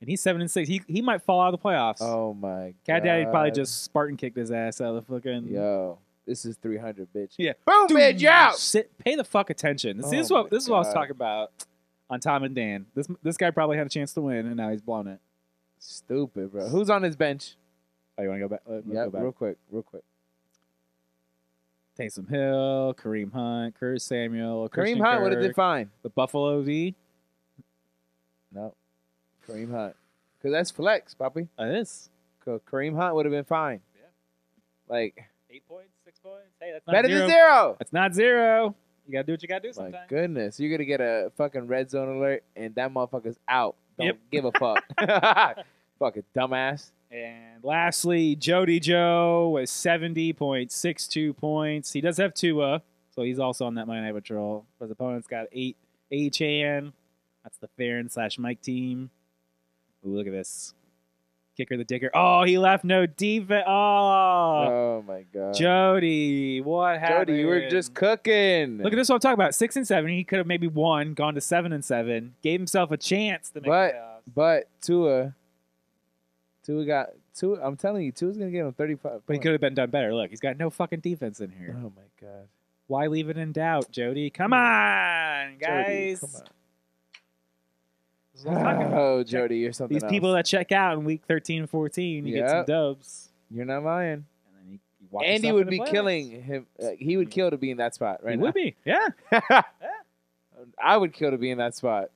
Speaker 1: and he's seven and six. He he might fall out of the playoffs.
Speaker 2: Oh my god.
Speaker 1: Cat Daddy probably just Spartan kicked his ass out of the fucking.
Speaker 2: Yo, this is 300, bitch.
Speaker 1: Yeah.
Speaker 2: Boom,
Speaker 1: Dude,
Speaker 2: bitch, out.
Speaker 1: Sit, pay the fuck attention. This,
Speaker 2: Oh
Speaker 1: this is what
Speaker 2: my
Speaker 1: this is what I was
Speaker 2: God.
Speaker 1: talking about on Tom and Dan. This this guy probably had a chance to win, and now he's blown it.
Speaker 2: Stupid, bro. Who's on his bench?
Speaker 1: Oh, you want to go back? Let- let's
Speaker 2: Yeah,
Speaker 1: go back.
Speaker 2: real quick, real quick.
Speaker 1: Taysom Hill, Kareem Hunt, Curtis Samuel, Christian
Speaker 2: Kareem Hunt would have
Speaker 1: Kirk,
Speaker 2: did fine.
Speaker 1: the Buffalo V.
Speaker 2: No, Kareem Hunt, because that's flex, Poppy.
Speaker 1: Uh, this
Speaker 2: 'Cause Kareem Hunt would have been fine.
Speaker 1: Yeah.
Speaker 2: Like
Speaker 1: eight points, six points. Hey, that's
Speaker 2: better than zero.
Speaker 1: That's not zero. You gotta do what you gotta do
Speaker 2: My
Speaker 1: sometimes.
Speaker 2: goodness, you're gonna get a fucking red zone alert, and that motherfucker's out. Don't
Speaker 1: Yep. <laughs>
Speaker 2: give a fuck. <laughs> fucking dumbass.
Speaker 1: And lastly, Jody Joe was 70.62 points. He does have Tua, so he's also on that Monday Night Patrol. But his opponent's got eight A Chan. That's the Farron slash Mike team. Ooh, look at this. Kicker the dicker. Oh, he left no defense. Oh,
Speaker 2: Oh my god.
Speaker 1: Jody, what happened?
Speaker 2: Jody, you were just cooking.
Speaker 1: Look at this. What I'm talking about. Six and seven. He could have maybe won, gone to seven and seven, gave himself a chance to make
Speaker 2: But-
Speaker 1: the playoffs.
Speaker 2: But Tua, Tua got Tua. I'm telling you, Tua's gonna get him 35.
Speaker 1: But he could
Speaker 2: points.
Speaker 1: have been done better. Look, he's got no fucking defense in here.
Speaker 2: Oh my god,
Speaker 1: Why leave it in doubt, Jody? Come on,
Speaker 2: Jody,
Speaker 1: guys.
Speaker 2: come on.
Speaker 1: This is what I'm talking about.
Speaker 2: <laughs> Oh, Jody, you're something.
Speaker 1: These people
Speaker 2: else.
Speaker 1: that check out in week 13 and 14, you get some
Speaker 2: Yep.
Speaker 1: dubs.
Speaker 2: you're not lying.
Speaker 1: And then you, you walk
Speaker 2: Andy
Speaker 1: yourself
Speaker 2: would
Speaker 1: into
Speaker 2: be
Speaker 1: playoffs. Mm-hmm.
Speaker 2: killing him. Like, he would kill to be in that spot
Speaker 1: he
Speaker 2: right
Speaker 1: would be, yeah.
Speaker 2: <laughs> now. I would kill to be in that spot.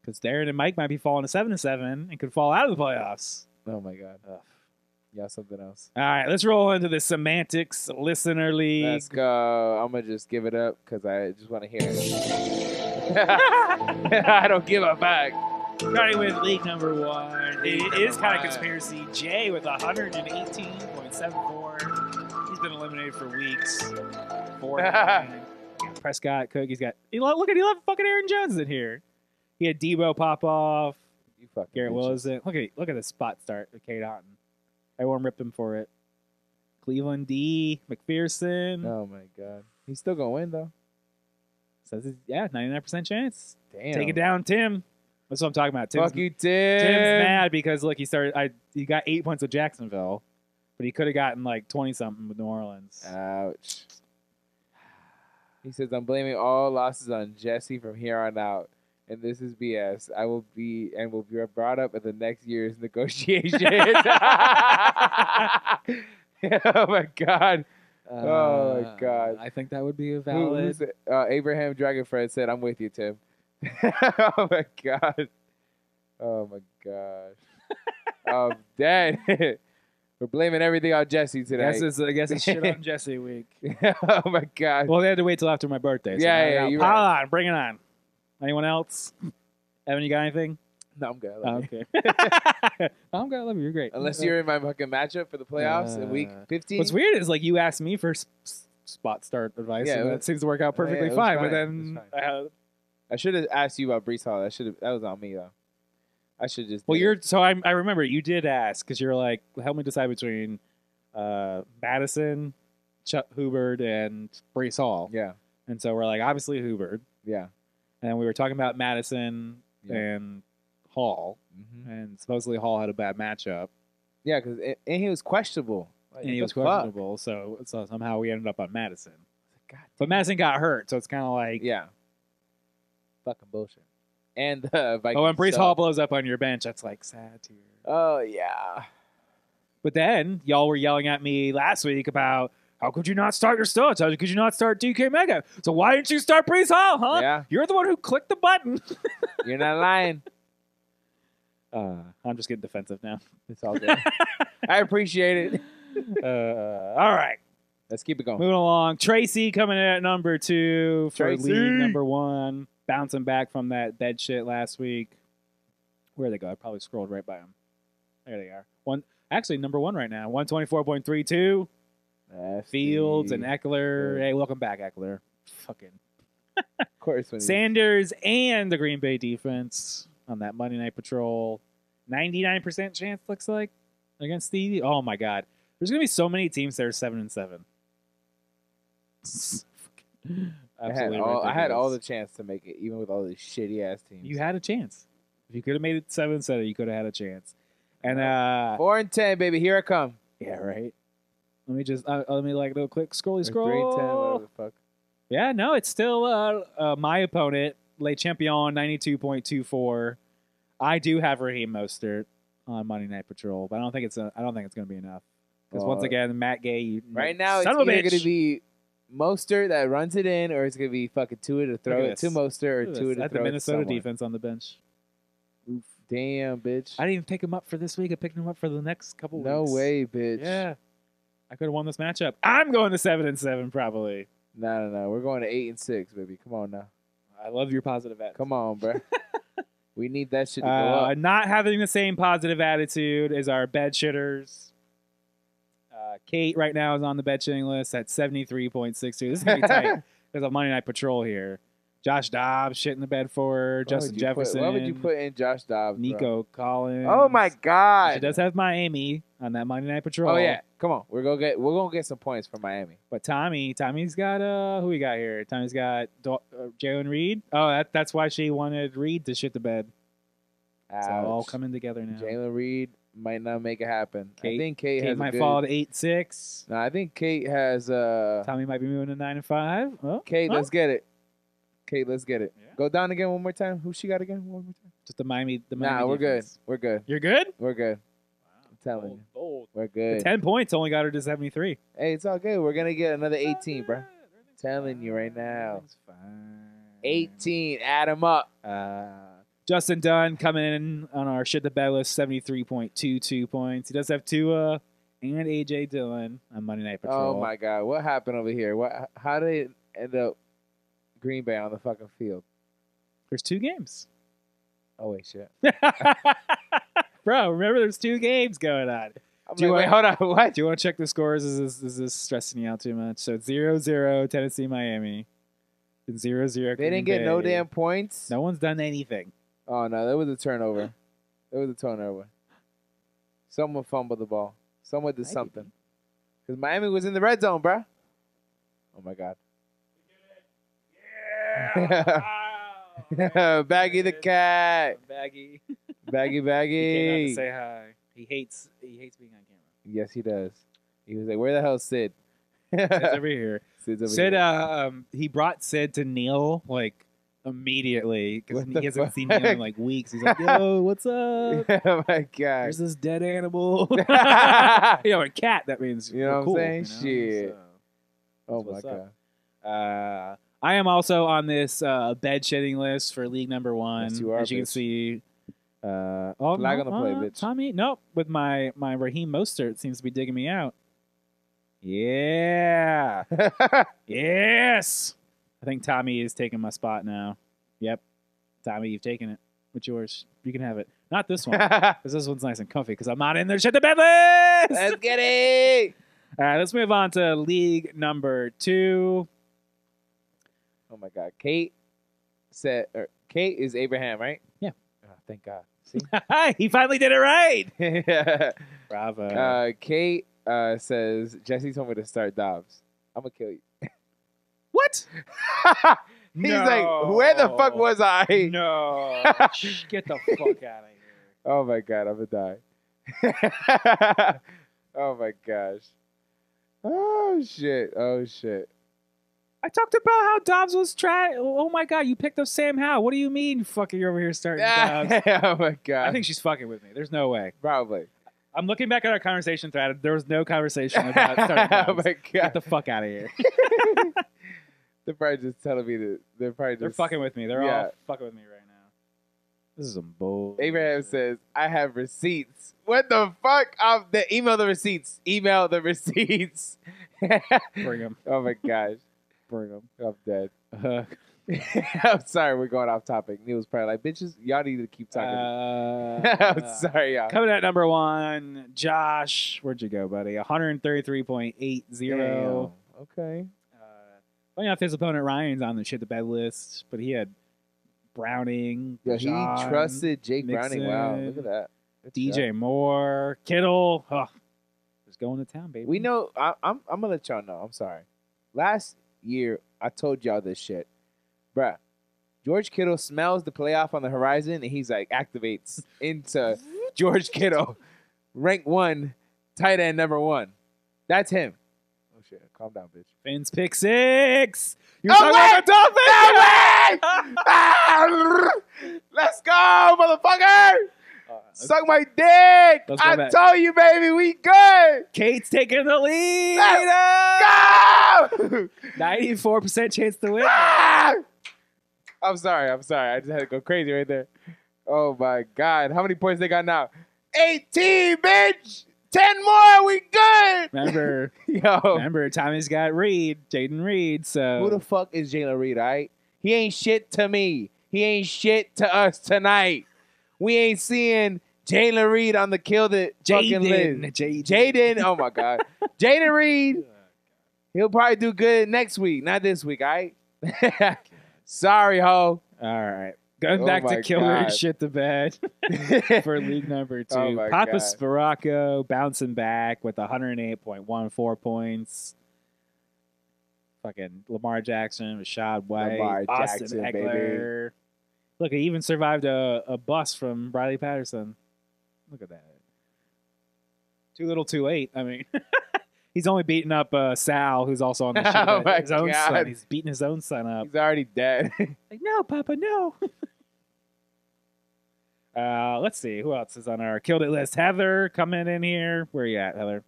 Speaker 1: Because Darren and Mike might be falling to 7 and 7 and could fall out of the playoffs.
Speaker 2: Oh my god. Yeah, something else.
Speaker 1: All right, let's roll into the semantics listener league.
Speaker 2: Let's go. I'm gonna just give it up because I just want to hear it. <laughs> I don't give a fuck.
Speaker 1: Starting with league number one, it is kind of
Speaker 2: one.
Speaker 1: conspiracy. Jay with 118.74. He's been eliminated for weeks. Four.
Speaker 2: <laughs>
Speaker 1: and nine. Prescott Cook. He's got. he lo- Look at he left fucking Aaron Jones in here. He had Debo pop off.
Speaker 2: You fucking.
Speaker 1: Garrett
Speaker 2: bitches.
Speaker 1: Willis. in- Look at look at the spot start with Kate Otten. Everyone ripped him for it. Cleveland D. McPherson
Speaker 2: Oh my god. He's still gonna win though.
Speaker 1: says it's, yeah, 99% chance.
Speaker 2: Damn.
Speaker 1: Take it down, Tim. That's what I'm talking about. Tim's,
Speaker 2: Fuck you,
Speaker 1: Tim's
Speaker 2: Tim.
Speaker 1: mad because look, he started. I he got eight points with Jacksonville, but he could have gotten like twenty something with New Orleans.
Speaker 4: Uh,
Speaker 2: Ouch. He says, I'm blaming all losses on Jesse from here on out. And this is BS. I will be and will be brought up at the next year's <laughs> negotiations. oh my god. Oh, my
Speaker 4: Uh,
Speaker 2: God.
Speaker 4: I think that would be a
Speaker 2: Who-
Speaker 4: valid.
Speaker 2: who's it? uh, Abraham Dragonfred said, I'm with you, Tim. <laughs> oh my god. Oh my gosh.
Speaker 1: <laughs>
Speaker 2: I'm dead. <laughs> We're blaming everything on Jesse
Speaker 4: I guess
Speaker 2: today.
Speaker 4: it's, I guess it's shit
Speaker 2: <laughs>
Speaker 4: on Jesse week.
Speaker 2: oh my god.
Speaker 1: Well, they had to wait till after my birthday. So
Speaker 2: Yeah,
Speaker 1: now-
Speaker 2: yeah,
Speaker 1: now
Speaker 2: you're
Speaker 1: pile on, bring it on.
Speaker 4: <laughs>
Speaker 1: Anyone else? Evan, you got anything?
Speaker 2: No, I'm good. I love
Speaker 1: Oh,
Speaker 2: you.
Speaker 1: okay. <laughs>
Speaker 4: I'm glad. I love you. You're great.
Speaker 2: Unless you're in my fucking matchup for the playoffs in week
Speaker 4: Uh,
Speaker 2: 15.
Speaker 1: What's weird is like you asked me for s- s- spot start advice,
Speaker 2: Yeah,
Speaker 1: and
Speaker 2: it
Speaker 1: that
Speaker 2: was-
Speaker 1: seems to work out
Speaker 4: Oh,
Speaker 2: yeah,
Speaker 1: perfectly
Speaker 2: it was
Speaker 1: fine,
Speaker 2: fine.
Speaker 1: But
Speaker 2: It
Speaker 1: then,
Speaker 2: was
Speaker 1: uh,
Speaker 2: I should have asked you about Brees Hall. That should have. That was on me though. I should just.
Speaker 1: well,
Speaker 2: did
Speaker 1: you're
Speaker 2: it.
Speaker 1: so I, I remember you did ask because you're like, help me decide between uh, Madison, Chuck Hubbard, and Brees Hall,
Speaker 2: Yeah.
Speaker 1: and so we're like, obviously Hubbard,
Speaker 2: Yeah.
Speaker 1: and we were talking about Madison
Speaker 2: Yeah.
Speaker 1: and Hall,
Speaker 2: Mm-hmm.
Speaker 1: and supposedly Hall had a bad matchup.
Speaker 2: Yeah, because and he was questionable. Like,
Speaker 1: and he
Speaker 2: what
Speaker 1: was
Speaker 2: the fuck?
Speaker 1: questionable. So, so somehow we ended up on Madison.
Speaker 2: God
Speaker 1: But Madison got hurt, so it's kind of like,
Speaker 2: Yeah. Fucking bullshit. And uh, <laughs> Vikings.
Speaker 1: oh, and Brees
Speaker 2: suck.
Speaker 1: Hall blows up on your bench. That's like sad to hear.
Speaker 2: Oh yeah.
Speaker 1: But then y'all were yelling at me last week about how could you not start your studs? How could you not start DK Mega? So why didn't you start Brees Hall, huh?
Speaker 2: Yeah.
Speaker 1: You're the one who clicked the button. <laughs>
Speaker 2: You're not lying.
Speaker 1: Uh, I'm just getting defensive now. <laughs>
Speaker 2: It's all good. <laughs> I appreciate it.
Speaker 1: uh, all right,
Speaker 2: Let's keep it going.
Speaker 1: moving along. Tracy coming in at number two for
Speaker 2: Tracy.
Speaker 1: lead number one, bouncing back from that bed shit last week. Where they go? I probably scrolled right by them. There they are. One, actually, number one right now. One twenty four point three two.
Speaker 2: Let's
Speaker 1: Fields
Speaker 2: see.
Speaker 1: and Eckler.
Speaker 2: Good.
Speaker 1: Hey, welcome back, Eckler. Fucking
Speaker 2: of course when he-
Speaker 1: Sanders and the Green Bay defense on that Monday Night Patrol. 99% chance looks like against the Oh my god. There's going to be so many teams that are 7 and 7.
Speaker 2: <laughs> I had, all, I had all the chance to make it, even with all these shitty ass teams.
Speaker 1: You had a chance. If you could have made it 7 instead of you could have had a chance. And uh
Speaker 2: four and ten, baby. Here I come.
Speaker 1: yeah, right. Let me just uh, let me like little quick scrolly
Speaker 2: Or
Speaker 1: scroll.
Speaker 2: Three and ten, whatever the fuck.
Speaker 1: Yeah, no, it's still uh, uh, my opponent, Le Champion, ninety two point two four. I do have Raheem Mostert on Monday Night Patrol, but I don't think it's a, I don't think it's going to be enough because once
Speaker 2: Well,
Speaker 1: again, Matt Gay, you,
Speaker 2: Right now,
Speaker 1: son
Speaker 2: it's
Speaker 1: of a
Speaker 2: either
Speaker 1: bitch.
Speaker 2: going to be Mostert that runs it in, or it's going to be fucking Tua to throw
Speaker 1: at
Speaker 2: it to
Speaker 1: this.
Speaker 2: Mostert or
Speaker 1: Look at this.
Speaker 2: Tua to
Speaker 1: I had
Speaker 2: throw
Speaker 1: the
Speaker 2: it to
Speaker 1: Minnesota
Speaker 2: someone.
Speaker 1: defense on the bench.
Speaker 2: Damn, bitch.
Speaker 1: I didn't even pick him up for this week. I picked him up for the next couple
Speaker 2: no
Speaker 1: weeks.
Speaker 2: way, bitch.
Speaker 1: Yeah, I could have won this matchup. I'm going to seven and seven probably.
Speaker 2: No, no, no. We're going to eight and six, baby. Come on now.
Speaker 1: I love your positive attitude.
Speaker 2: Come on, bro.
Speaker 1: <laughs>
Speaker 2: we need that shit to go
Speaker 1: Uh,
Speaker 2: up.
Speaker 1: not having the same positive attitude as our bed shitters. Uh, Kate right now is on the bed shitting list at 73.62. This is
Speaker 2: <laughs>
Speaker 1: going to be tight because of Monday Night Patrol here. Josh Dobbs shitting the bed for her.
Speaker 2: Why
Speaker 1: Justin
Speaker 2: would you put-
Speaker 1: Jefferson.
Speaker 2: why would you put in Josh Dobbs? bro?
Speaker 1: Nico Collins?
Speaker 2: Oh my
Speaker 1: She
Speaker 2: god.
Speaker 1: does have Miami on that Monday Night Patrol.
Speaker 2: Oh yeah. Come on. We're gonna get. We're gonna get some points for Miami.
Speaker 1: But Tommy, Tommy's got uh, who we got here? Tommy's got Do- uh, Jalen Reed. Oh, that, that's why she wanted Reed to shit the bed. It's all
Speaker 2: Ouch.
Speaker 1: coming together now.
Speaker 2: Jalen Reed might not make it happen.
Speaker 1: Kate-
Speaker 2: I think Kate,
Speaker 1: Kate
Speaker 2: has a
Speaker 1: might
Speaker 2: good,
Speaker 1: fall to eight six.
Speaker 2: No, I think Kate has. uh
Speaker 1: Tommy might be moving to nine and five. Oh,
Speaker 2: Kate,
Speaker 1: Oh.
Speaker 2: let's get it. Kate, let's get it.
Speaker 1: Yeah.
Speaker 2: Go down again one more time. Who she got again? One more time.
Speaker 1: just the Miami. The Miami
Speaker 2: Nah, we're
Speaker 1: defense.
Speaker 2: good. We're good.
Speaker 1: You're good.
Speaker 2: We're good. I'm telling you,
Speaker 1: The
Speaker 2: we're good.
Speaker 1: Ten points only got her to seventy three.
Speaker 2: Hey, it's all good. We're gonna get another 18, bro. Telling you right now.
Speaker 1: Everything's fine.
Speaker 2: 18. Add them up.
Speaker 1: Uh,
Speaker 2: Ah,
Speaker 1: Justin Dunn coming in on our shit the bed list, seventy three point two two points. He does have Tua and AJ Dillon on Monday Night Patrol.
Speaker 2: Oh my God, what happened over here? What? How did it end up Green Bay on the fucking field?
Speaker 1: There's two games. <laughs>
Speaker 2: Oh wait, shit.
Speaker 1: Bro, remember there's two games going on.
Speaker 2: I'm
Speaker 1: Do you
Speaker 2: like, wait,
Speaker 1: want-
Speaker 2: <laughs> hold
Speaker 1: <laughs>
Speaker 2: on. What?
Speaker 1: Do you want to check the scores? Is this, is this stressing you out too much? So it's 0 0 Tennessee, Miami. And 0 0.
Speaker 2: They didn't get no damn points.
Speaker 1: No one's done
Speaker 2: <laughs>
Speaker 1: anything.
Speaker 2: Oh no, that was a <gasps> turnover. That was a turnover. Someone fumbled the ball. Someone did
Speaker 1: Miami.
Speaker 2: something. Cause Miami was in the red zone, bruh. Oh my God.
Speaker 1: <laughs> wow.
Speaker 2: <laughs> Baggy the cat.
Speaker 4: Baggy.
Speaker 2: Baggy,
Speaker 1: <laughs> He came out to
Speaker 2: baggy.
Speaker 1: say hi.
Speaker 4: He hates. He hates being on camera.
Speaker 2: Yes, he does. He was like, "Where the hell is Sid?" <laughs>
Speaker 1: Sid's over here.
Speaker 2: Sid's over
Speaker 1: Sid,
Speaker 2: here.
Speaker 1: uh, um, he brought Sid to Neil like immediately because
Speaker 2: What
Speaker 1: he
Speaker 2: the
Speaker 1: hasn't seen Neil in
Speaker 2: fuck?
Speaker 1: like weeks. He's like,
Speaker 2: <laughs>
Speaker 1: "Yo, what's up?
Speaker 2: oh my god.
Speaker 1: There's this dead
Speaker 2: <laughs>
Speaker 1: animal. <laughs>
Speaker 2: oh <laughs>
Speaker 1: you know, a <laughs> cat. That means
Speaker 2: You know what
Speaker 1: we're
Speaker 2: I'm
Speaker 1: cool,
Speaker 2: saying?
Speaker 1: you know?
Speaker 2: Shit.
Speaker 1: So-
Speaker 2: Oh my
Speaker 1: what's up.
Speaker 2: god.
Speaker 1: Uh, I am also on this uh, bed shedding list for league number one.
Speaker 2: Yes, you are,
Speaker 1: As you can
Speaker 2: bitch.
Speaker 1: see, uh, oh,
Speaker 2: Flag
Speaker 1: no,
Speaker 2: on the play,
Speaker 1: uh,
Speaker 2: bitch.
Speaker 1: Tommy, nope. With my my Raheem Mostert seems to be digging me out. Yeah, yes. I think Tommy is taking my spot now. Yep, Tommy, you've taken it. It's yours. You can have it. Not this
Speaker 2: <laughs>
Speaker 1: one. Because this one's nice and comfy. Because I'm not in there. Shut the bed list.
Speaker 2: <laughs> Let's get it.
Speaker 1: All right, let's move on to league number two.
Speaker 2: Oh my god. Kate said or Kate is Abraham, right?
Speaker 1: Yeah. Uh,
Speaker 2: Oh, <laughs> thank God. See?
Speaker 1: <laughs> he finally did it right. Bravo.
Speaker 2: uh, Kate uh, says Jesse told me to start Dobbs. I'm gonna kill you. <laughs>
Speaker 1: what?
Speaker 2: He's like, where the fuck was I? <laughs>
Speaker 4: No. Shh, Get the fuck out of here.
Speaker 2: Oh my god, I'm gonna die. <laughs> oh my gosh. Oh shit. Oh shit.
Speaker 1: I talked about how Dobbs was trying. Oh my god, you picked up Sam Howe. What do you mean, you fucking? You're over here <laughs>
Speaker 2: <laughs>
Speaker 1: starting Dobbs.
Speaker 2: oh my god.
Speaker 1: I think she's fucking with me. There's no way.
Speaker 2: probably.
Speaker 1: I'm looking back at our conversation thread. There was no
Speaker 2: <laughs>
Speaker 1: conversation about starting
Speaker 2: oh
Speaker 1: Dobbs.
Speaker 2: my
Speaker 1: Get
Speaker 2: god.
Speaker 1: the fuck out of
Speaker 2: <laughs>
Speaker 1: here.
Speaker 2: They're probably just telling me to. They're probably just.
Speaker 1: They're fucking with me. They're
Speaker 2: Yeah.
Speaker 1: all fucking with me right now. This is some bull.
Speaker 2: Abraham says, "I have receipts." What the fuck? Um, the email the receipts. Email the <laughs> receipts.
Speaker 1: "Bring him,
Speaker 2: oh my gosh,
Speaker 1: bring him."
Speaker 2: I'm dead.
Speaker 1: Uh,
Speaker 2: <laughs> I'm sorry, we're going off topic. Neil's probably like, "Bitches, y'all need to keep talking." <laughs> I'm
Speaker 1: uh,
Speaker 2: sorry, y'all.
Speaker 1: Coming at number one, Josh. Where'd you go, buddy? 133.80.
Speaker 2: Damn. Okay.
Speaker 1: Uh, funny enough, his opponent Ryan's on the shit the bed list, but he had Browning.
Speaker 2: Yeah, he
Speaker 1: Bijan,
Speaker 2: trusted Jake Browning. Wow,
Speaker 1: Mixon,
Speaker 2: look at that. Good
Speaker 1: DJ
Speaker 2: job.
Speaker 1: Moore, Kittle. Ugh. Just going to town, baby.
Speaker 2: We know. I, I'm. I'm gonna let y'all know. I'm sorry. Last year, I told y'all this shit, bruh. George Kittle smells the playoff on the horizon, and he's like activates into George Kittle, rank one, tight end number one. That's him. Oh shit! Calm down, bitch.
Speaker 1: Finn's pick six. You're
Speaker 2: Oh,
Speaker 1: talking
Speaker 2: wait!
Speaker 1: about the Dolphins.
Speaker 2: <laughs> Ah, <laughs> Let's go, motherfucker!
Speaker 1: Uh,
Speaker 2: Suck my dick!
Speaker 1: Let's go
Speaker 2: I
Speaker 1: back.
Speaker 2: told you, baby, we good.
Speaker 1: Kate's taking the
Speaker 2: Let's
Speaker 1: lead.
Speaker 2: Go!
Speaker 1: Ninety-four percent chance to win.
Speaker 2: Ah! I'm sorry. I'm sorry. I just had to go crazy right there. Oh my god! How many points they got now? 18, bitch. Ten more. We good. <laughs>
Speaker 1: Remember,
Speaker 2: Yo,
Speaker 1: remember, Tommy's got Reed, Jaden Reed. So
Speaker 2: Oh. who the fuck is Jalen Reed? All right, he ain't shit to me. He ain't shit to us tonight. We ain't seeing Jalen Reed on the kill the fucking list.
Speaker 1: Jaden, Jaden,
Speaker 2: Jaden. Oh my god. <laughs> Jaden Reed. He'll probably do good next week, not this week, all right? <laughs> Sorry, ho.
Speaker 1: <laughs> All right. Going
Speaker 2: Oh
Speaker 1: back
Speaker 2: my
Speaker 1: to killer and
Speaker 2: God.
Speaker 1: shit the bed <laughs> for league number two.
Speaker 2: <laughs> Oh my
Speaker 1: Papa
Speaker 2: God.
Speaker 1: Spiracco bouncing back with 108.14 points. Fucking Lamar Jackson, Rashad White,
Speaker 2: Lamar
Speaker 1: Austin
Speaker 2: Jackson, baby.
Speaker 1: Eckler. Look, he even survived a, a bust from Riley Patterson. Look at that. Too little, too late. I mean, <laughs> he's only beating up uh, Sal, who's also
Speaker 2: <laughs>
Speaker 1: on the shit.
Speaker 2: Oh
Speaker 1: bed.
Speaker 2: my
Speaker 1: his own son.
Speaker 2: God.
Speaker 1: He's beating his own son up.
Speaker 2: He's already dead. <laughs>
Speaker 1: Like, no, Papa, no. <laughs> uh, let's see. Who else is on our killed it list? Heather coming in here. Where you at, Heather?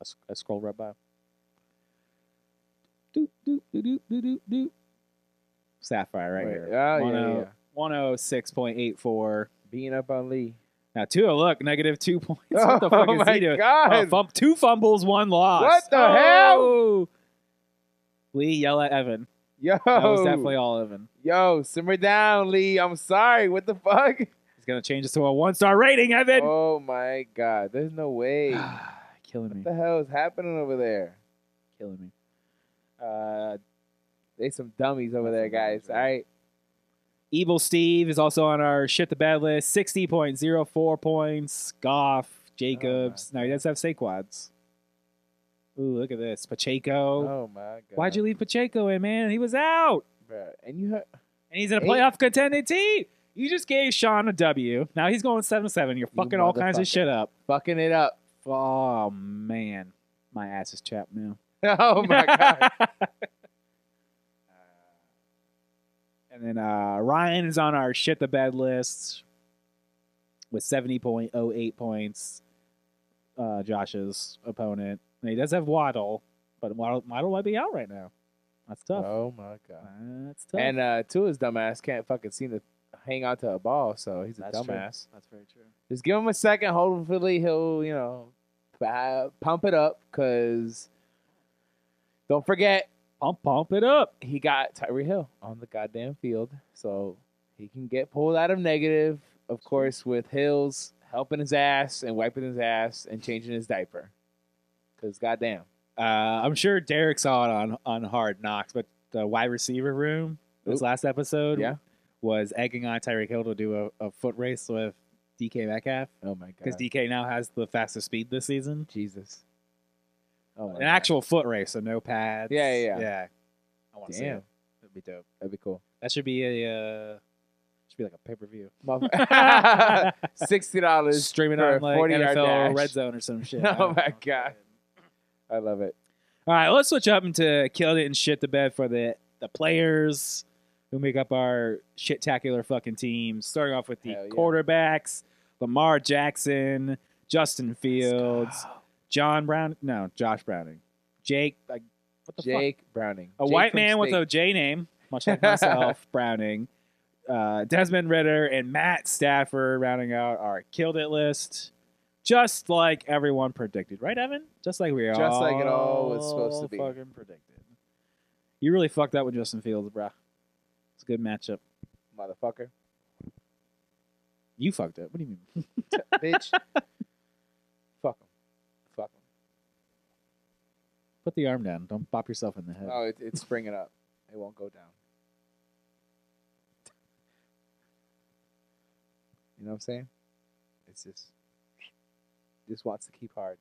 Speaker 1: I, sc- I scrolled right by.
Speaker 4: Doop doop doop doop doop doop doop.
Speaker 1: Sapphire right,
Speaker 2: Wait,
Speaker 1: here.
Speaker 2: oh, yeah,
Speaker 1: 10-
Speaker 2: yeah.
Speaker 1: 106.84.
Speaker 2: Beating up on Lee.
Speaker 1: Now, Tua, look, negative two points. <laughs> What the
Speaker 2: <laughs> oh
Speaker 1: fuck is
Speaker 2: my
Speaker 1: he doing? Oh,
Speaker 2: god.
Speaker 1: fum- two fumbles, one loss.
Speaker 2: What the
Speaker 1: oh! hell? Lee, yell at Evan.
Speaker 2: yo.
Speaker 1: That was definitely all Evan.
Speaker 2: yo, simmer down, Lee. I'm sorry. What
Speaker 1: <laughs>
Speaker 2: the fuck?
Speaker 1: He's going to change this to a one star rating, Evan.
Speaker 2: Oh my god. There's
Speaker 1: <sighs>
Speaker 2: no way. what
Speaker 1: killing me.
Speaker 2: the hell is happening over there?
Speaker 1: Killing me.
Speaker 2: Uh they some dummies over there, guys. All right.
Speaker 1: Evil Steve is also on our shit the bad list. 60.04 points. Goff,
Speaker 2: Oh,
Speaker 1: Jacobs. now he does have Saquads. Ooh, look at this. Pacheco.
Speaker 2: Oh my god.
Speaker 1: Why'd you leave Pacheco in, man? He was out.
Speaker 2: Right. And you have
Speaker 1: and he's in a
Speaker 2: Eight.
Speaker 1: playoff contending team. You just gave Sean a W. Now he's going seven seven. You're fucking all kinds of
Speaker 2: motherfucker.
Speaker 1: shit up.
Speaker 2: fucking it up. <laughs>
Speaker 1: Oh man, my ass is chapped now. <laughs>
Speaker 2: Oh <laughs> my god.
Speaker 1: Uh, and then uh, Ryan is on our shit the bed list with seventy point oh eight points. Uh, Josh's opponent. And he does have Waddle, but Waddle, Waddle might be out right now. That's tough.
Speaker 2: Oh my god.
Speaker 1: That's tough.
Speaker 2: And uh Tua's dumbass can't fucking seem to hang on to a ball, so he's a
Speaker 1: That's true.
Speaker 2: dumbass.
Speaker 1: that's very true.
Speaker 2: Just give him a second. Hopefully he'll, you know, pa- pump it up because don't forget
Speaker 1: Pump, pump it up.
Speaker 2: he got Tyree Hill on the goddamn field, so he can get pulled out of negative, of course, with Hills helping his ass and wiping his ass and changing his diaper. Cause goddamn,
Speaker 1: Uh, I'm sure Derek saw it on on Hard Knocks, but the wide receiver room this
Speaker 2: Oop.
Speaker 1: last episode
Speaker 2: Yeah.
Speaker 1: was egging on Tyreek Hill to do a, a foot race with DK Metcalf
Speaker 2: oh my
Speaker 1: because
Speaker 2: god,
Speaker 1: DK now has the fastest speed this season.
Speaker 2: Jesus, oh my
Speaker 1: An
Speaker 2: God.
Speaker 1: actual foot race, so no pads.
Speaker 2: Yeah, yeah, yeah.
Speaker 1: I want to see
Speaker 2: damn,
Speaker 1: it. That'd be dope.
Speaker 2: that'd be <laughs> cool.
Speaker 1: That should be a uh, should be like a pay per
Speaker 2: <laughs>
Speaker 1: view.
Speaker 2: Motherf- Sixty dollars
Speaker 1: <laughs> Streaming
Speaker 2: for
Speaker 1: on
Speaker 2: a
Speaker 1: like
Speaker 2: 40 yard
Speaker 1: NFL
Speaker 2: dash.
Speaker 1: Red Zone or
Speaker 2: <laughs>
Speaker 1: some shit.
Speaker 2: Oh
Speaker 1: I don't
Speaker 2: my
Speaker 1: know.
Speaker 2: God. I love it.
Speaker 1: All right, let's switch up into killed it and shit the bed for the the players who make up our shit-tacular fucking team. Starting off with the
Speaker 2: Hell yeah.
Speaker 1: quarterbacks: Lamar Jackson, Justin Fields, John Brown. No, Josh Browning, Jake. Like, what the fuck?
Speaker 2: Jake Browning,
Speaker 1: A
Speaker 2: Jake
Speaker 1: white
Speaker 2: from
Speaker 1: man with
Speaker 2: State.
Speaker 1: a J name, much like
Speaker 2: <laughs>
Speaker 1: myself, Browning. Uh, Desmond Ritter and Matt Stafford rounding out our killed it list. Just like everyone predicted, right, Evan? Just like we all
Speaker 2: Just like it all was supposed to be.
Speaker 1: fucking predicted. You really fucked up with Justin Fields, bruh. It's a good matchup.
Speaker 2: motherfucker,
Speaker 1: You fucked up. What do you mean? <laughs>
Speaker 2: bitch. Fuck him, fuck him.
Speaker 1: Put the arm down. Don't bop yourself in the head.
Speaker 2: Oh, it, it's springing up. It won't go down. You know what I'm saying? It's just, just wants to keep hard.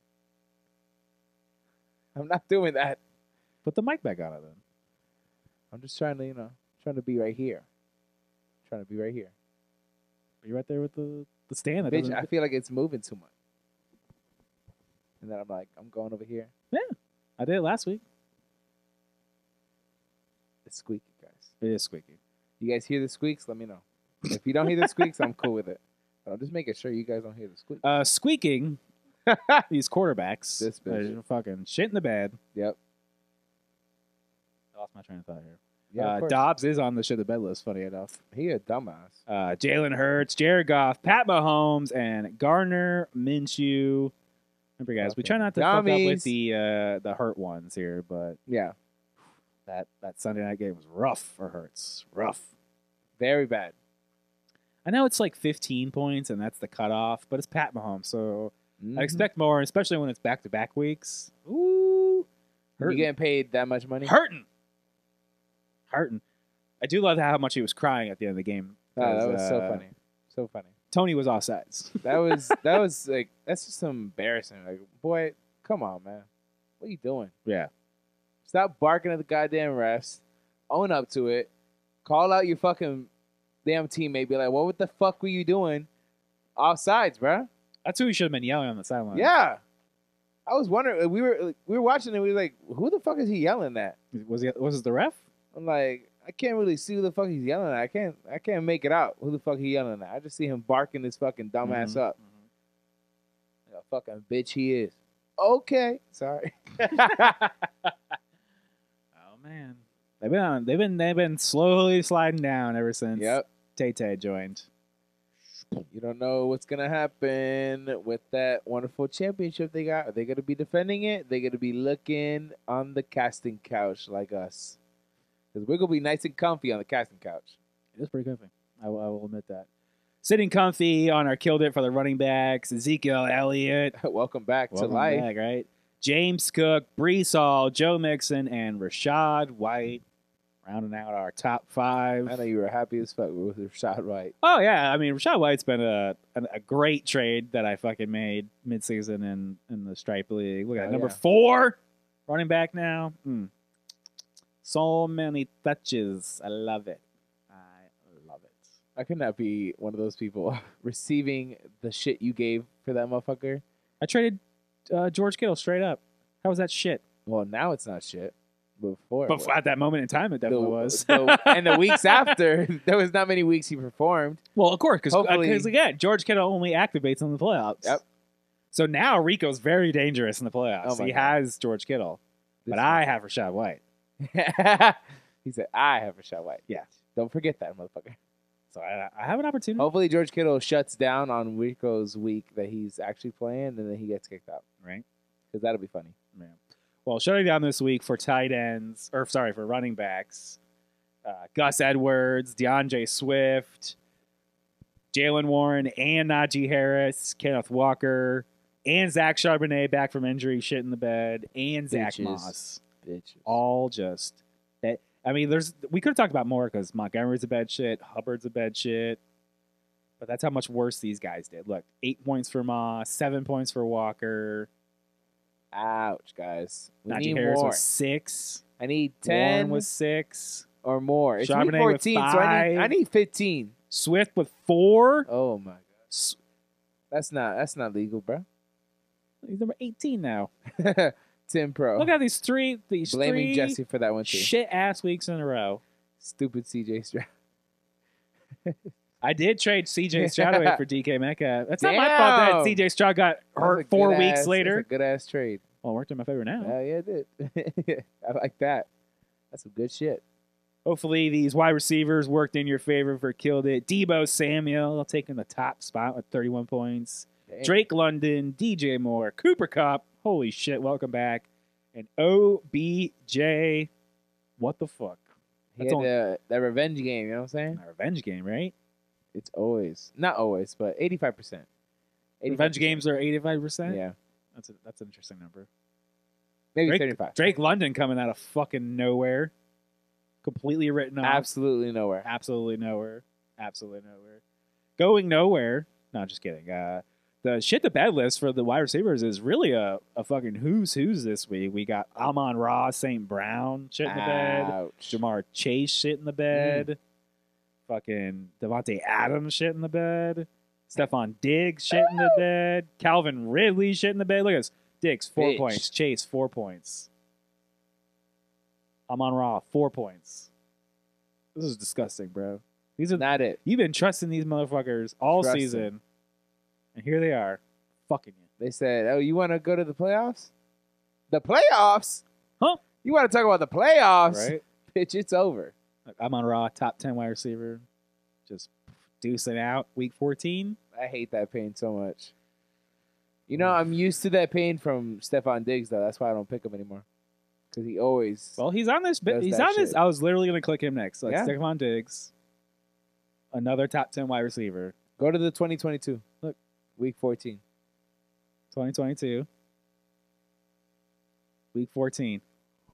Speaker 2: I'm not doing that.
Speaker 1: Put the mic back on it then.
Speaker 2: I'm just trying to, you know, trying to be right here. Trying to be right here.
Speaker 1: Are you right there with the, the stand? That
Speaker 2: Bitch,
Speaker 1: doesn't-
Speaker 2: I feel like it's moving too much. And then I'm like, I'm going over here.
Speaker 1: I did it last week.
Speaker 2: It's squeaky, guys.
Speaker 1: It is squeaky.
Speaker 2: You guys hear the squeaks? Let me know. If you don't hear the squeaks, I'm cool with it. But I'm just making sure you guys don't hear the squeaks.
Speaker 1: uh,
Speaker 2: <laughs>
Speaker 1: squeaking these quarterbacks.
Speaker 2: This bitch.
Speaker 1: are fucking shit in the bed.
Speaker 2: Yep.
Speaker 1: I lost my train of thought here.
Speaker 2: Yeah,
Speaker 1: uh,
Speaker 2: of course.
Speaker 1: Dobbs is on the shit in the bed list, funny enough.
Speaker 2: He a dumbass.
Speaker 1: Uh, Jalen Hurts, Jared Goff, Pat Mahomes, and Garner Minshew. Remember, guys, we try not to fuck up with
Speaker 2: Dummies.
Speaker 1: the uh, the hurt ones here, but
Speaker 2: Yeah,
Speaker 1: that, that Sunday night game was rough for Hurts. Rough.
Speaker 2: very bad.
Speaker 1: I know it's like 15 points, and that's the cutoff, but it's Pat Mahomes, so
Speaker 2: Mm-hmm.
Speaker 1: I expect more, especially when it's back to back weeks. Ooh,
Speaker 2: you getting paid that much money.
Speaker 1: hurting, hurting. I do love how much he was crying at the end of the game.
Speaker 2: Oh, that was
Speaker 1: because,
Speaker 2: so
Speaker 1: uh,
Speaker 2: funny. So funny.
Speaker 1: Tony was off
Speaker 2: <laughs>
Speaker 1: sides.
Speaker 2: That was that was like that's just embarrassing. Like, boy, come on, man. What are you doing?
Speaker 1: Yeah.
Speaker 2: Stop barking at the goddamn refs. Own up to it. Call out your fucking damn teammate. Be like, what the fuck were you doing? Offsides, bruh.
Speaker 1: That's who he should have been yelling on the sideline.
Speaker 2: Yeah. I was wondering. We were like, we were watching it. We were like, who the fuck is he yelling at?
Speaker 1: was he, was it the ref?
Speaker 2: I'm like, I can't really see who the fuck he's yelling at. I can't I can't make it out who the fuck he yelling at. I just see him barking his fucking dumbass
Speaker 1: Mhm.
Speaker 2: up. Like a fucking bitch he is. Okay. Sorry. yeah,
Speaker 1: Oh man, they've been on, they've been they've been slowly sliding down ever since
Speaker 2: <laughs> Yep.
Speaker 1: Tay Tay joined.
Speaker 2: You don't know what's gonna happen with that wonderful championship they got. Are they gonna be defending it? They're gonna be looking on the casting couch like us. Because we're gonna be nice and comfy on the casting couch. <laughs>
Speaker 1: It was pretty comfy. I, will- I will admit that. Sitting comfy on our killed it for the running backs. Ezekiel Elliott,
Speaker 2: Welcome back
Speaker 1: Welcome
Speaker 2: to life.
Speaker 1: back, right? James Cook, Brees Hall, Joe Mixon, and Rashad White rounding out our top five.
Speaker 2: I know you were happy as fuck with Rashad White.
Speaker 1: Oh yeah, I mean Rashad White's been a an, a great trade that I fucking made midseason in in the Stripe League. Look at
Speaker 2: Oh,
Speaker 1: that, number
Speaker 2: yeah.
Speaker 1: four running back now. Mm. Hmm. So many touches. I love it. I love it.
Speaker 2: I could not be one of those people <laughs> receiving the shit you gave for that motherfucker.
Speaker 1: I traded uh, George Kittle straight up. How was that shit?
Speaker 2: Well, now it's not shit. Before, it
Speaker 1: But
Speaker 2: was.
Speaker 1: at that moment in time, it definitely
Speaker 2: The-
Speaker 1: was.
Speaker 2: the- and
Speaker 1: <laughs>
Speaker 2: the weeks after, <laughs> there was not many weeks he performed.
Speaker 1: Well, of course, because
Speaker 2: Hopefully-
Speaker 1: again, George Kittle only activates in the playoffs.
Speaker 2: Yep.
Speaker 1: So now Rico's very dangerous in the playoffs.
Speaker 2: Oh my
Speaker 1: he
Speaker 2: God.
Speaker 1: has George Kittle, but
Speaker 2: This
Speaker 1: I have Rashad White.
Speaker 2: one. <laughs> he said, "I have Rashad White."
Speaker 1: Yeah.
Speaker 2: don't forget that motherfucker.
Speaker 1: So I, I have an opportunity.
Speaker 2: Hopefully, George Kittle shuts down on Rico's week that he's actually playing, and then he gets kicked out.
Speaker 1: Right.
Speaker 2: Because that'll be funny.
Speaker 1: Yeah. Well, shutting down this week for tight ends, or sorry, for running backs, uh, Gus Edwards, DeAndre Swift, Jalen Warren, and Najee Harris, Kenneth Walker, and Zach Charbonnet back from injury, shit in the bed, and Zach
Speaker 2: Bitches.
Speaker 1: Moss.
Speaker 2: Bitch.
Speaker 1: All just that. I mean, there's we could have talked about more because Montgomery's a bad shit, Hubbard's a bad shit, but that's how much worse these guys did. Look, eight points for Moss, seven points for Walker.
Speaker 2: Ouch, guys. We
Speaker 1: Najee
Speaker 2: need
Speaker 1: Harris
Speaker 2: more.
Speaker 1: was six.
Speaker 2: I need
Speaker 1: Warren
Speaker 2: ten
Speaker 1: was six.
Speaker 2: or more. It's week
Speaker 1: Charbonnet with
Speaker 2: fourteen, so I need, I
Speaker 1: five.
Speaker 2: need fifteen.
Speaker 1: Swift with four.
Speaker 2: Oh my god,
Speaker 1: S-
Speaker 2: that's not that's not legal, bro.
Speaker 1: He's number eighteen now.
Speaker 2: <laughs> Tim Pro
Speaker 1: Look at these three. These
Speaker 2: blaming
Speaker 1: three
Speaker 2: Jesse for that one too.
Speaker 1: shit ass weeks in a row.
Speaker 2: Stupid CJ Stroud. <laughs>
Speaker 1: I did trade CJ Stroud away for DK Metcalf. That's not my fault that
Speaker 2: Damn.
Speaker 1: CJ Stroud got hurt four weeks later.
Speaker 2: Good ass trade.
Speaker 1: Well, it worked in my favor now.
Speaker 2: Hell yeah, it did. <laughs> I like that. That's some good shit.
Speaker 1: Hopefully, these wide receivers worked in your favor for killed it. Debo Samuel taking the top spot with 31 points.
Speaker 2: Damn.
Speaker 1: Drake London, DJ Moore, Cooper Cup. Holy shit, welcome back. And OBJ. What the fuck?
Speaker 2: He
Speaker 1: that's
Speaker 2: had
Speaker 1: only-
Speaker 2: the, that revenge game. You know what I'm saying?
Speaker 1: A revenge game, right?
Speaker 2: It's always not always, but 85 percent.
Speaker 1: Revenge games are 85%?
Speaker 2: Yeah,
Speaker 1: That's, a, that's an interesting number.
Speaker 2: maybe
Speaker 1: Drake-
Speaker 2: 35.
Speaker 1: Drake London coming out of fucking nowhere. Completely written off.
Speaker 2: Absolutely nowhere.
Speaker 1: absolutely nowhere. Absolutely nowhere. Going nowhere. No, just kidding. Uh, the shit to bed list for the wide receivers is really a, a fucking who's who's this week. We got Amon Ross, St. Brown, shit in the bed.
Speaker 2: Ouch.
Speaker 1: Jamar Chase, shit in the
Speaker 2: Mm.
Speaker 1: bed. Fucking Devontae Adams, shit in the bed. Stephon Diggs, shit in the bed. Calvin Ridley, shit in the bed. Look at this. Diggs, four
Speaker 2: Bitch.
Speaker 1: points. Chase, four points. Amon Ra, four points. This is disgusting, bro. These are
Speaker 2: Not it.
Speaker 1: You've been trusting these motherfuckers all
Speaker 2: Trust 'em.
Speaker 1: season, and here they are, fucking you.
Speaker 2: They said, "Oh, you want to go to the playoffs? The playoffs?
Speaker 1: Huh?
Speaker 2: You want to talk about the playoffs?
Speaker 1: Right?
Speaker 2: <laughs> Bitch, it's over.
Speaker 1: I'm on Raw, top ten wide receiver, just deucing out week 14.
Speaker 2: I hate that pain so much. You know,
Speaker 1: Mm.
Speaker 2: I'm used to that pain from Stefan Diggs though. That's why I don't pick him anymore because he always.
Speaker 1: Well, he's on this.
Speaker 2: Does
Speaker 1: He's
Speaker 2: that
Speaker 1: on this.
Speaker 2: shit.
Speaker 1: I was literally gonna click him next. Like
Speaker 2: Yeah.
Speaker 1: Stephon Diggs, another top ten wide receiver,
Speaker 2: Go to the 2022. Look, week 14.
Speaker 1: 2022, week 14.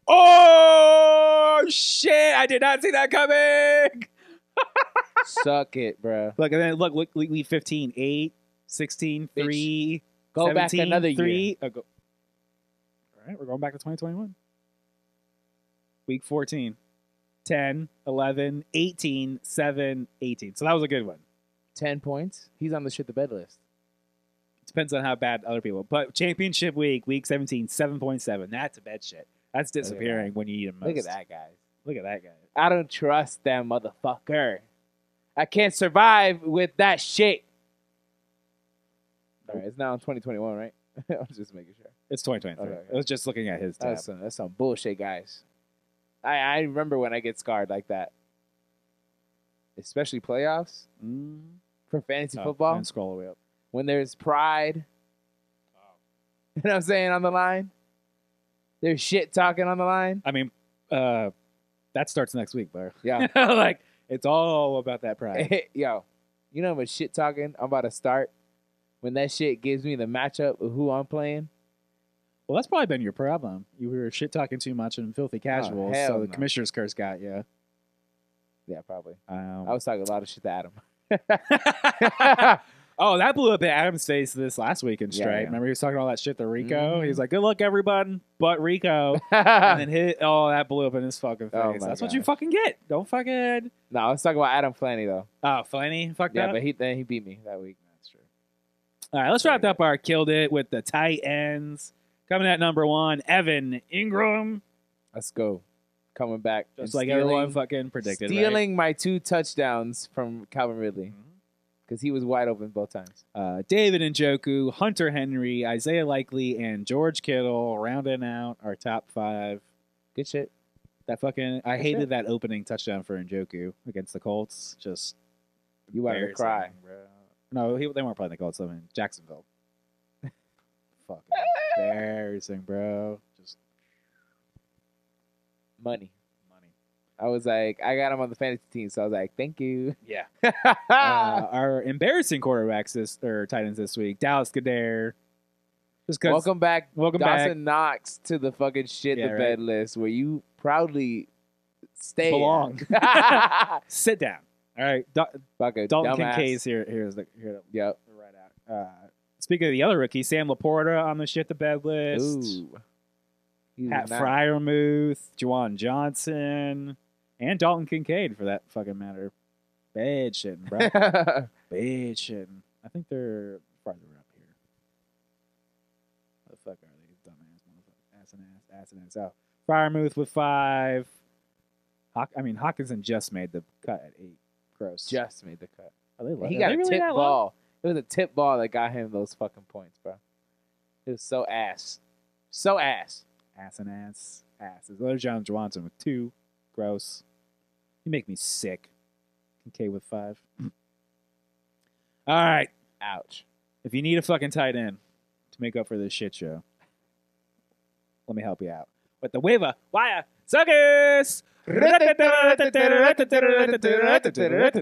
Speaker 2: Oh!
Speaker 1: Shit! I did not see that coming. <laughs>
Speaker 2: Suck it, bro.
Speaker 1: Look, and then look, look, look, week 15, 8, 16, 3,
Speaker 2: Go back
Speaker 1: 17,
Speaker 2: another year.
Speaker 1: three. Oh, go- All right, we're going back to 2021. Week 14, 10, 11, 18, 7, 18. So that was a good one.
Speaker 2: 10 points. He's on the shit the bed list.
Speaker 1: Depends on how bad other people. But championship week, week 17, 7.7. That's a bad shit. That's
Speaker 2: at that.
Speaker 1: disappearing when you need him most.
Speaker 2: Look at that, guys.
Speaker 1: Look at that guy.
Speaker 2: I don't trust that motherfucker. I can't survive with that shit. All right, it's now in 2021, right? <laughs> I'm just making sure.
Speaker 1: It's 2023.
Speaker 2: Okay, okay.
Speaker 1: I was just looking at his tab.
Speaker 2: That's some, that's some bullshit, guys. I, I remember when I get scarred like that, especially playoffs
Speaker 1: Mm.
Speaker 2: for fantasy
Speaker 1: Oh,
Speaker 2: football
Speaker 1: And scroll all the way up.
Speaker 2: when there's pride. <laughs> You know what I'm saying on the line? There's shit talking on the line.
Speaker 1: I mean, uh, that starts next week,
Speaker 2: <laughs>
Speaker 1: bro. <laughs>
Speaker 2: Yeah,
Speaker 1: like, it's all about that
Speaker 2: <laughs>
Speaker 1: pride.
Speaker 2: yo, you know how much shit talking I'm about to start when that shit gives me the matchup of who I'm playing.
Speaker 1: Well, that's probably been your problem. You were shit talking too much and filthy casual,
Speaker 2: Oh, hell
Speaker 1: so the
Speaker 2: no.
Speaker 1: commissioner's curse got you.
Speaker 2: Yeah, probably.
Speaker 1: Um,
Speaker 2: I was talking a lot of shit to Adam. <laughs>
Speaker 1: Oh, that blew up in Adam's face this last week in
Speaker 2: Yeah,
Speaker 1: straight.
Speaker 2: yeah.
Speaker 1: Remember he was talking all that shit to Rico?
Speaker 2: Mhm.
Speaker 1: He was like, "Good luck, everyone, but
Speaker 2: <laughs>
Speaker 1: Rico." and then hit. Oh, that blew up in his fucking face.
Speaker 2: Oh my
Speaker 1: That's what
Speaker 2: gosh.
Speaker 1: you fucking get. Don't fucking.
Speaker 2: no, let's talk about Adam Flanny though.
Speaker 1: Oh, funny. Fuck
Speaker 2: Yeah,
Speaker 1: that.
Speaker 2: but he then he beat me that week. That's true.
Speaker 1: All right, let's wrap up our killed it with the tight ends. Coming at number one, Evan Ingram.
Speaker 2: Let's go. Coming back,
Speaker 1: Just
Speaker 2: and
Speaker 1: like everyone fucking predicted. right?
Speaker 2: stealing my two touchdowns from Calvin Ridley because he was wide open both times.
Speaker 1: Mm-hmm. Uh, David Njoku, Hunter Henry, Isaiah Likely, and George Kittle rounding out our top five.
Speaker 2: Good shit.
Speaker 1: That fucking I
Speaker 2: That's
Speaker 1: hated
Speaker 2: it.
Speaker 1: that opening touchdown for Njoku against the Colts. Just
Speaker 2: You wanted to cry.
Speaker 1: embarrassing, bro. No, he, they weren't playing the Colts. I mean Jacksonville. <laughs> fucking embarrassing, bro. Just
Speaker 2: Money.
Speaker 1: money.
Speaker 2: I was like, I got him on the fantasy team, so I was like, thank you.
Speaker 1: Yeah.
Speaker 2: <laughs>
Speaker 1: uh, our embarrassing quarterbacks this or Titans this week. Dallas Goddard. Just because
Speaker 2: welcome back,
Speaker 1: welcome
Speaker 2: Dawson
Speaker 1: back.
Speaker 2: Knox, to the fucking shit
Speaker 1: Yeah,
Speaker 2: the
Speaker 1: right.
Speaker 2: bed list where you proudly stay.
Speaker 1: Belong.
Speaker 2: <laughs>
Speaker 1: <laughs>
Speaker 2: Fuck
Speaker 1: sit down. All right, Da- Dalton
Speaker 2: a dumbass.
Speaker 1: Kincaid's here. Here's the here
Speaker 2: Yep.
Speaker 1: to right out. Uh, speaking of the other rookie, Sam Laporta on the shit the bed list.
Speaker 2: Ooh. He's
Speaker 1: Pat
Speaker 2: not-
Speaker 1: Fryermuth, Juwan Johnson, and Dalton Kincaid for that fucking matter. Bad shitting,
Speaker 2: <laughs>
Speaker 1: bro. Bad shitting. I think they're farther up here. How the fuck are they? Dumbass, motherfucker. Ass and ass, ass and ass out. Firemouth with five. Hawk, I mean, Hawkinson just made the cut at eight. Gross.
Speaker 2: just made the cut.
Speaker 1: Are they low?
Speaker 2: He
Speaker 1: Are
Speaker 2: got
Speaker 1: they
Speaker 2: a
Speaker 1: really
Speaker 2: tip
Speaker 1: that low?
Speaker 2: ball. It was a tip ball that got him those fucking points, bro. It was so ass. So ass.
Speaker 1: Ass and ass, ass. There's another John Johnson with two. Gross. You make me sick. Kincaid with five. <clears throat> All right.
Speaker 2: Ouch.
Speaker 1: If you need a fucking tight end to make up for this shit show, let me help you out. With the waiver wire suckers!
Speaker 2: Love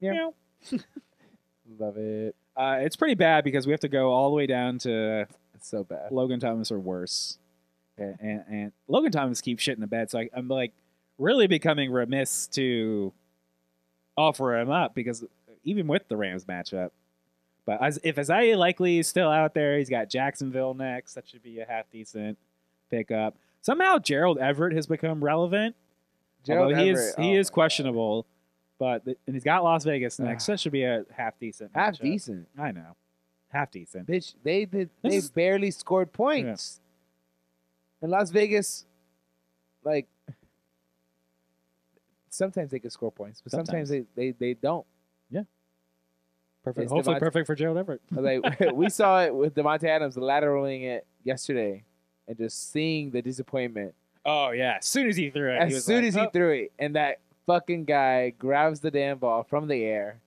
Speaker 1: Meow.
Speaker 2: it.
Speaker 1: Uh, it's pretty bad because we have to go all the way down to
Speaker 2: It's so bad.
Speaker 1: Logan Thomas or worse. And, and, and Logan Thomas keeps shit in the bed, so I, I'm like really becoming remiss to offer him up because even with the Rams matchup, but as, if Isaiah Likely is still out there, he's got Jacksonville next. That should be a half decent pickup. Somehow Gerald Everett has become relevant,
Speaker 2: Gerald
Speaker 1: although he is
Speaker 2: Everett,
Speaker 1: he
Speaker 2: oh
Speaker 1: is
Speaker 2: my God.
Speaker 1: questionable. But th- and he's got Las Vegas
Speaker 2: <sighs>
Speaker 1: next. that should be a half decent.
Speaker 2: Half
Speaker 1: matchup.
Speaker 2: decent.
Speaker 1: I know, half decent.
Speaker 2: Bitch, they did
Speaker 1: This
Speaker 2: they
Speaker 1: is-
Speaker 2: barely scored points. In Las Vegas, like sometimes they can score points, but sometimes, they, they, they don't.
Speaker 1: Perfect.
Speaker 2: It's
Speaker 1: Hopefully,
Speaker 2: Devontae-
Speaker 1: perfect for Gerald Everett.
Speaker 2: I was Like <laughs> we saw it with Devontae Adams lateraling it yesterday and just seeing the disappointment.
Speaker 1: Oh yeah, as soon as he threw it, he
Speaker 2: as
Speaker 1: was
Speaker 2: soon
Speaker 1: like,
Speaker 2: as he
Speaker 1: "Oh."
Speaker 2: threw it, and that fucking guy grabs the damn ball from the air.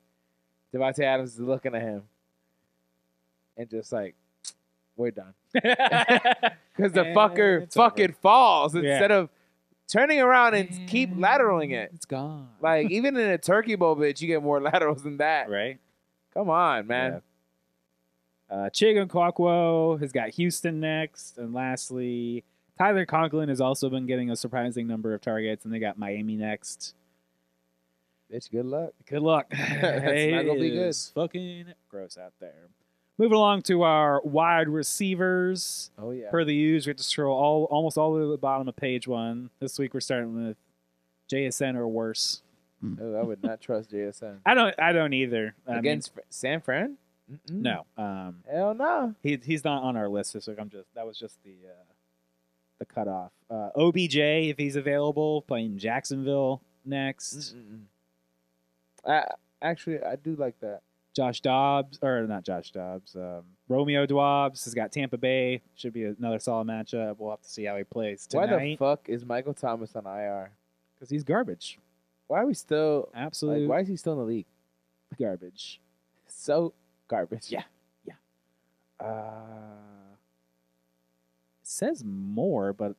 Speaker 2: Devontae Adams is looking at him, and just like, we're done,
Speaker 1: <laughs>
Speaker 2: because the
Speaker 1: And
Speaker 2: fucker
Speaker 1: it's over.
Speaker 2: fucking falls
Speaker 1: Yeah. Mm.
Speaker 2: instead of turning around and keep lateraling it.
Speaker 1: It's gone. <laughs>
Speaker 2: Like even in a turkey bowl, bitch, you get more <laughs> laterals than that.
Speaker 1: right,
Speaker 2: Come on, man.
Speaker 1: Uh, Chigun Kwakwo has got Houston next, and lastly, Tyler Conklin has also been getting a surprising number of targets, and they got Miami next.
Speaker 2: Bitch, good luck.
Speaker 1: Good
Speaker 2: <laughs>
Speaker 1: luck.
Speaker 2: It's not gonna be
Speaker 1: It
Speaker 2: good.
Speaker 1: is Fucking gross out there. Moving along to our wide receivers.
Speaker 2: Oh yeah.
Speaker 1: per the use, we have to scroll all almost all the way to the bottom of page one. This week we're starting with JSN or worse.
Speaker 2: Oh, I would not trust JSN.
Speaker 1: I don't I don't either. Mm. I mean,
Speaker 2: Against Fr- San Fran? Mm-mm.
Speaker 1: no. Um
Speaker 2: Hell no.
Speaker 1: he, he's not on our list this week. I'm just that was just the uh the cutoff. Uh OBJ if he's available, playing Jacksonville next.
Speaker 2: Mm-mm. I actually I do like that.
Speaker 1: Josh Dobbs or not Josh Dobbs, um Romeo Dobbs has got Tampa Bay. Should be another solid matchup. We'll have to see how he plays
Speaker 2: Why the
Speaker 1: tonight
Speaker 2: fuck is Michael Thomas on IR?
Speaker 1: because he's garbage.
Speaker 2: Why are we still
Speaker 1: Absolute
Speaker 2: like why is he still in the league?
Speaker 1: garbage.
Speaker 2: So garbage.
Speaker 1: Yeah. Uh, it says more, but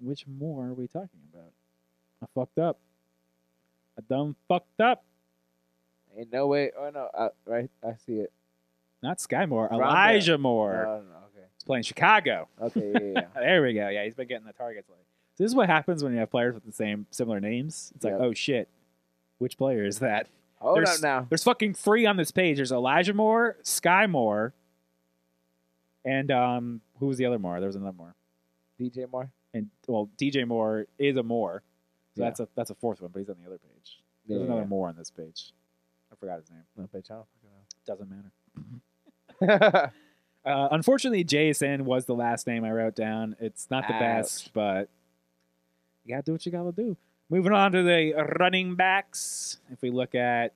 Speaker 1: which more are we talking about? I fucked up. I done fucked up.
Speaker 2: Ain't no way. Oh no. Uh, right. I see it.
Speaker 1: Not Sky Moore,
Speaker 2: Rhonda.
Speaker 1: Elijah
Speaker 2: No,
Speaker 1: Moore.
Speaker 2: no, no,
Speaker 1: He's playing Chicago.
Speaker 2: Okay. Okay.
Speaker 1: <laughs>
Speaker 2: Yeah. yeah,
Speaker 1: There we go. Yeah, he's been getting the targets lately. So this is what happens when you have players with the same similar names. It's like,
Speaker 2: Yep.
Speaker 1: oh shit, which player is that?
Speaker 2: Hold
Speaker 1: There's-
Speaker 2: up now.
Speaker 1: There's fucking three on this page. There's Elijah Moore, Sky Moore, and um, who was the other Moore? There was another Moore.
Speaker 2: DJ Moore.
Speaker 1: And well, DJ Moore is a Moore, so
Speaker 2: Yeah.
Speaker 1: that's a that's a fourth one, but he's on the other page.
Speaker 2: Yeah,
Speaker 1: There's
Speaker 2: yeah,
Speaker 1: another
Speaker 2: yeah.
Speaker 1: Moore on this page. I forgot his name.
Speaker 2: No, bitch, <laughs> I don't fucking know.
Speaker 1: Doesn't matter.
Speaker 2: yeah,
Speaker 1: Uh, unfortunately, JSN was the last name I wrote down. It's not the
Speaker 2: Ouch.
Speaker 1: best, but you gotta do what you gotta do. Moving on to the running backs. If we look at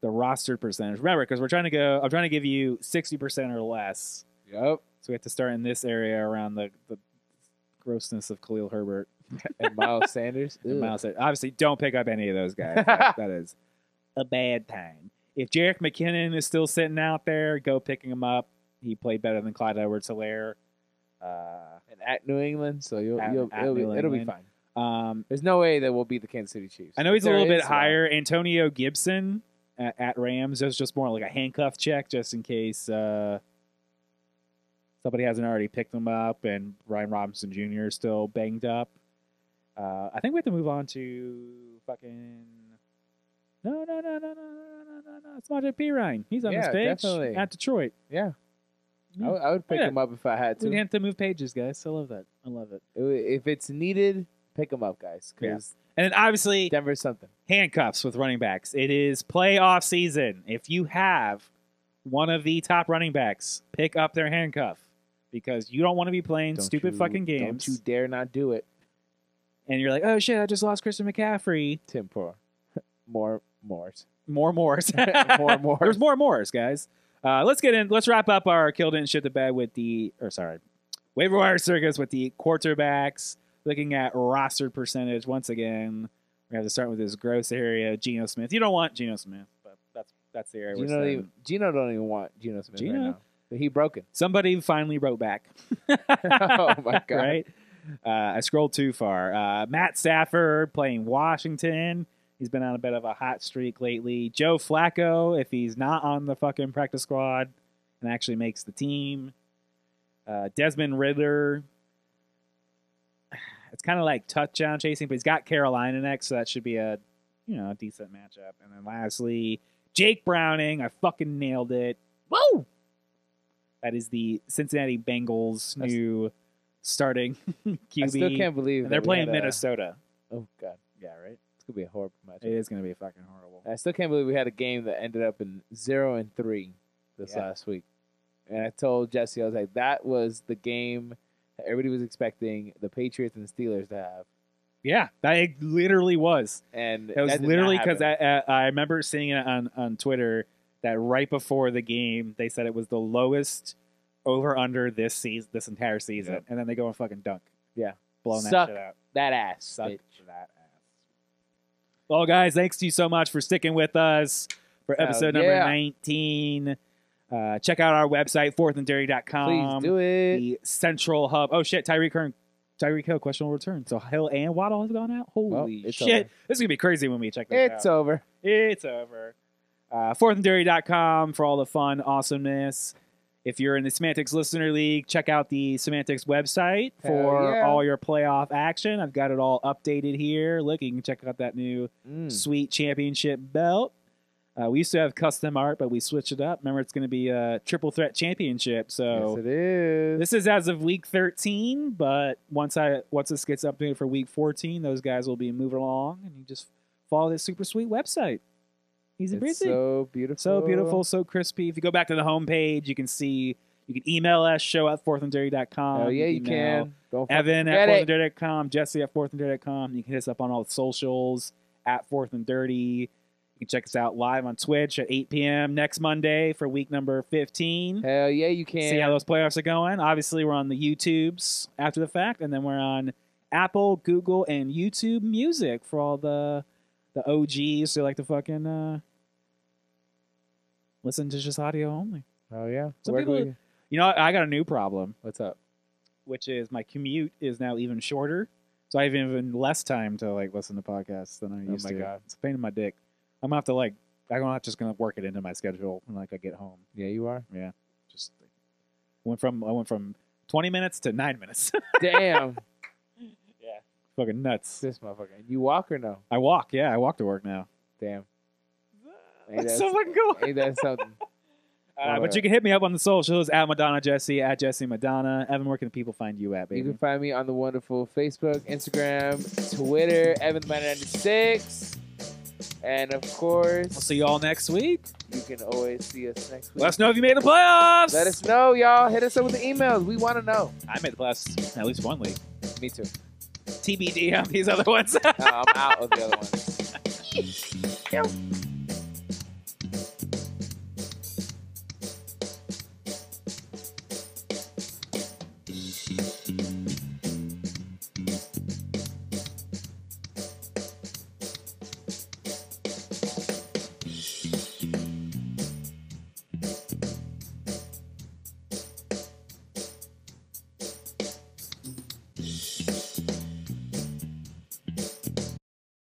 Speaker 1: the roster percentage, remember because we're trying to go. I'm trying to give you 60 percent or less.
Speaker 2: Yep.
Speaker 1: So we have to start in this area around the, the grossness of Khalil Herbert <laughs>
Speaker 2: And Miles Sanders.
Speaker 1: and
Speaker 2: Ugh.
Speaker 1: Miles. Sanders. Obviously, don't pick up any of those guys. That- that is a bad time. If Jarek McKinnon is still sitting out there, go picking him up. He played better than Clyde Edwards Hilaire. Uh,
Speaker 2: And at New England, so you'll,
Speaker 1: At-
Speaker 2: you'll
Speaker 1: at
Speaker 2: it'll, be,
Speaker 1: New
Speaker 2: it'll be
Speaker 1: England.
Speaker 2: fine.
Speaker 1: um,
Speaker 2: There's no way that we'll beat the Kansas City Chiefs.
Speaker 1: I know he's a
Speaker 2: There
Speaker 1: little bit
Speaker 2: is, uh,
Speaker 1: higher. Antonio Gibson at, at Rams is just more like a handcuff check, just in case uh, somebody hasn't already picked him up, and Ryan Robinson Jr. is still banged up. Uh, I think we have to move on to fucking. No, no, no, no, no, no, no, no, no. It's Monte P. Ryan. He's on this
Speaker 2: Yeah,
Speaker 1: page
Speaker 2: definitely.
Speaker 1: at Detroit.
Speaker 2: Yeah. I
Speaker 1: Yeah.
Speaker 2: would- I would pick
Speaker 1: Yeah.
Speaker 2: him up if I had
Speaker 1: We
Speaker 2: to.
Speaker 1: didn't have to move pages, guys. I love that. I love it.
Speaker 2: If it's needed, pick him up, guys. Because
Speaker 1: And then obviously,
Speaker 2: Denver's something.
Speaker 1: handcuffs with running backs. It is playoff season. If you have one of the top running backs, pick up their handcuff because you don't want to be playing
Speaker 2: Don't
Speaker 1: stupid
Speaker 2: you-
Speaker 1: fucking games.
Speaker 2: Don't you dare not do it,
Speaker 1: And you're like, oh shit, I just lost Christian McCaffrey.
Speaker 2: Tim Poor. <laughs> More
Speaker 1: <laughs>
Speaker 2: Moores.
Speaker 1: More Morris.
Speaker 2: <laughs>
Speaker 1: <laughs>
Speaker 2: More Moores.
Speaker 1: There's more Morris, guys. Uh, let's get in. Let's wrap up our killed it and shit the bed with the, or sorry, waiver wire circus with the quarterbacks. Looking at roster percentage once again. We have to start with this gross area, Geno Smith. You don't want Geno Smith, but that's that's the area we're
Speaker 2: Gino, don't
Speaker 1: starting.
Speaker 2: even, Gino don't even want Gino Smith
Speaker 1: Geno?
Speaker 2: right now. But
Speaker 1: <laughs>
Speaker 2: He broken.
Speaker 1: Somebody finally wrote back. <laughs>
Speaker 2: Oh my god.
Speaker 1: Right? Uh, I scrolled too far. Uh, Matt Stafford playing Washington. He's been on a bit of a hot streak lately. Joe Flacco, if he's not on the fucking practice squad and actually makes the team. Uh, Desmond Riddler. It's kind of like touchdown chasing, but he's got Carolina next, so that should be a you know a decent matchup. And then lastly, Jake Browning. I fucking nailed it. Whoa! That is the Cincinnati Bengals
Speaker 2: I s-
Speaker 1: new starting <laughs> QB.
Speaker 2: I still can't believe
Speaker 1: and they're
Speaker 2: that we had
Speaker 1: playing
Speaker 2: a-
Speaker 1: Minnesota.
Speaker 2: Oh god,
Speaker 1: Yeah, right.
Speaker 2: it's gonna be a horrible match.
Speaker 1: It is going to be fucking horrible.
Speaker 2: I still can't believe we had a game that ended up in zero and three this
Speaker 1: Yeah.
Speaker 2: last week. And I told Jesse, I was like, that was the game that everybody was expecting the Patriots and the Steelers to have.
Speaker 1: Yeah, that it literally was.
Speaker 2: And
Speaker 1: It was
Speaker 2: that did not
Speaker 1: literally because I,
Speaker 2: happen.
Speaker 1: I, I remember seeing it on, on Twitter that right before the game they said it was the lowest over under this season, this entire season,
Speaker 2: Yep.
Speaker 1: and then they go and fucking dunk.
Speaker 2: Yeah.
Speaker 1: blowing that
Speaker 2: Suck.
Speaker 1: shit out.
Speaker 2: that ass
Speaker 1: Suck
Speaker 2: sucked.
Speaker 1: for that ass. Well, guys, thanks to you so much for sticking with us for
Speaker 2: Hell
Speaker 1: episode number
Speaker 2: yeah.
Speaker 1: nineteen. Uh, check out our website
Speaker 2: Please
Speaker 1: fourthanddirty.com.
Speaker 2: do it.
Speaker 1: The central hub. Oh shit, Tyreek Hill, Tyreek Hill question will return. So Hill and Waddle has gone out.
Speaker 2: Well,
Speaker 1: Holy
Speaker 2: it's
Speaker 1: shit,
Speaker 2: over.
Speaker 1: this is gonna be crazy when we check this out.
Speaker 2: It's over.
Speaker 1: It's over. Uh, fourthanddirty.com for all the fun, awesomeness. If you're in the Semantics Listener League, check out the Semantics website
Speaker 2: Hell
Speaker 1: for
Speaker 2: yeah.
Speaker 1: all your playoff action. I've got it all updated here. Look, you can check out that new
Speaker 2: Mm.
Speaker 1: sweet championship belt. Uh, we used to have custom art, but we switched it up. Remember, it's going to be a triple threat championship. So
Speaker 2: Yes, it is.
Speaker 1: this is as of week 13, but once I once this gets updated for week 14, those guys will be moving along, and you just follow this super sweet website. Easy
Speaker 2: it's
Speaker 1: breezy, so,
Speaker 2: so beautiful.
Speaker 1: beautiful, so crispy. If you go back to the homepage, you can see you can email us show at fourthanddirty.com.
Speaker 2: Oh yeah, you
Speaker 1: Um, email
Speaker 2: can. Don't fuck-
Speaker 1: Evan at
Speaker 2: forget it.
Speaker 1: fourthanddirty.com, Jesse at fourthanddirty.com. You can hit us up on all the socials at fourth and dirty. You can check us out live on Twitch at 8 p.m. next Monday for week number 15
Speaker 2: Hell yeah, you
Speaker 1: see how
Speaker 2: can.
Speaker 1: those playoffs are going. Obviously, we're on the YouTubes after the fact, and then we're on Apple, Google, and YouTube Music for all the the OGs who like to fucking uh, listen to just audio only.
Speaker 2: Oh yeah.
Speaker 1: Some
Speaker 2: Where can
Speaker 1: people-
Speaker 2: we-
Speaker 1: You know, I got a new problem,
Speaker 2: What's up?
Speaker 1: which is my commute is now even shorter, so I have even less time to like listen to podcasts than I
Speaker 2: Oh
Speaker 1: used
Speaker 2: my
Speaker 1: to.
Speaker 2: God.
Speaker 1: It's a pain in my dick. I'm gonna have to like I'm gonna have- just gonna work it into my schedule when like I get home.
Speaker 2: Yeah, you are.
Speaker 1: Just went from I went from 20 minutes to nine minutes. <laughs>
Speaker 2: Damn, <laughs>
Speaker 1: fucking nuts.
Speaker 2: this motherfucker. You walk or no?
Speaker 1: I walk, yeah, I walk to work now.
Speaker 2: Damn. Ain't that,
Speaker 1: Someone go.
Speaker 2: ain't
Speaker 1: <laughs>
Speaker 2: that something?
Speaker 1: Uh, but you can hit me up on the socials at Madonna Jesse at Jesse Madonna. Evan, where can the people find you at,
Speaker 2: You
Speaker 1: baby?
Speaker 2: can find me on the wonderful Facebook, Instagram, Twitter, Evan 96 and of course,
Speaker 1: We'll see y'all next week.
Speaker 2: you can always see us next week.
Speaker 1: Let us know if you made the playoffs.
Speaker 2: Let us know, y'all. Hit us up with the emails. We want to know.
Speaker 1: I made the playoffs at least one week. <laughs>
Speaker 2: Me too.
Speaker 1: TBD on these other ones. <laughs>
Speaker 2: No, I'm out of the other ones.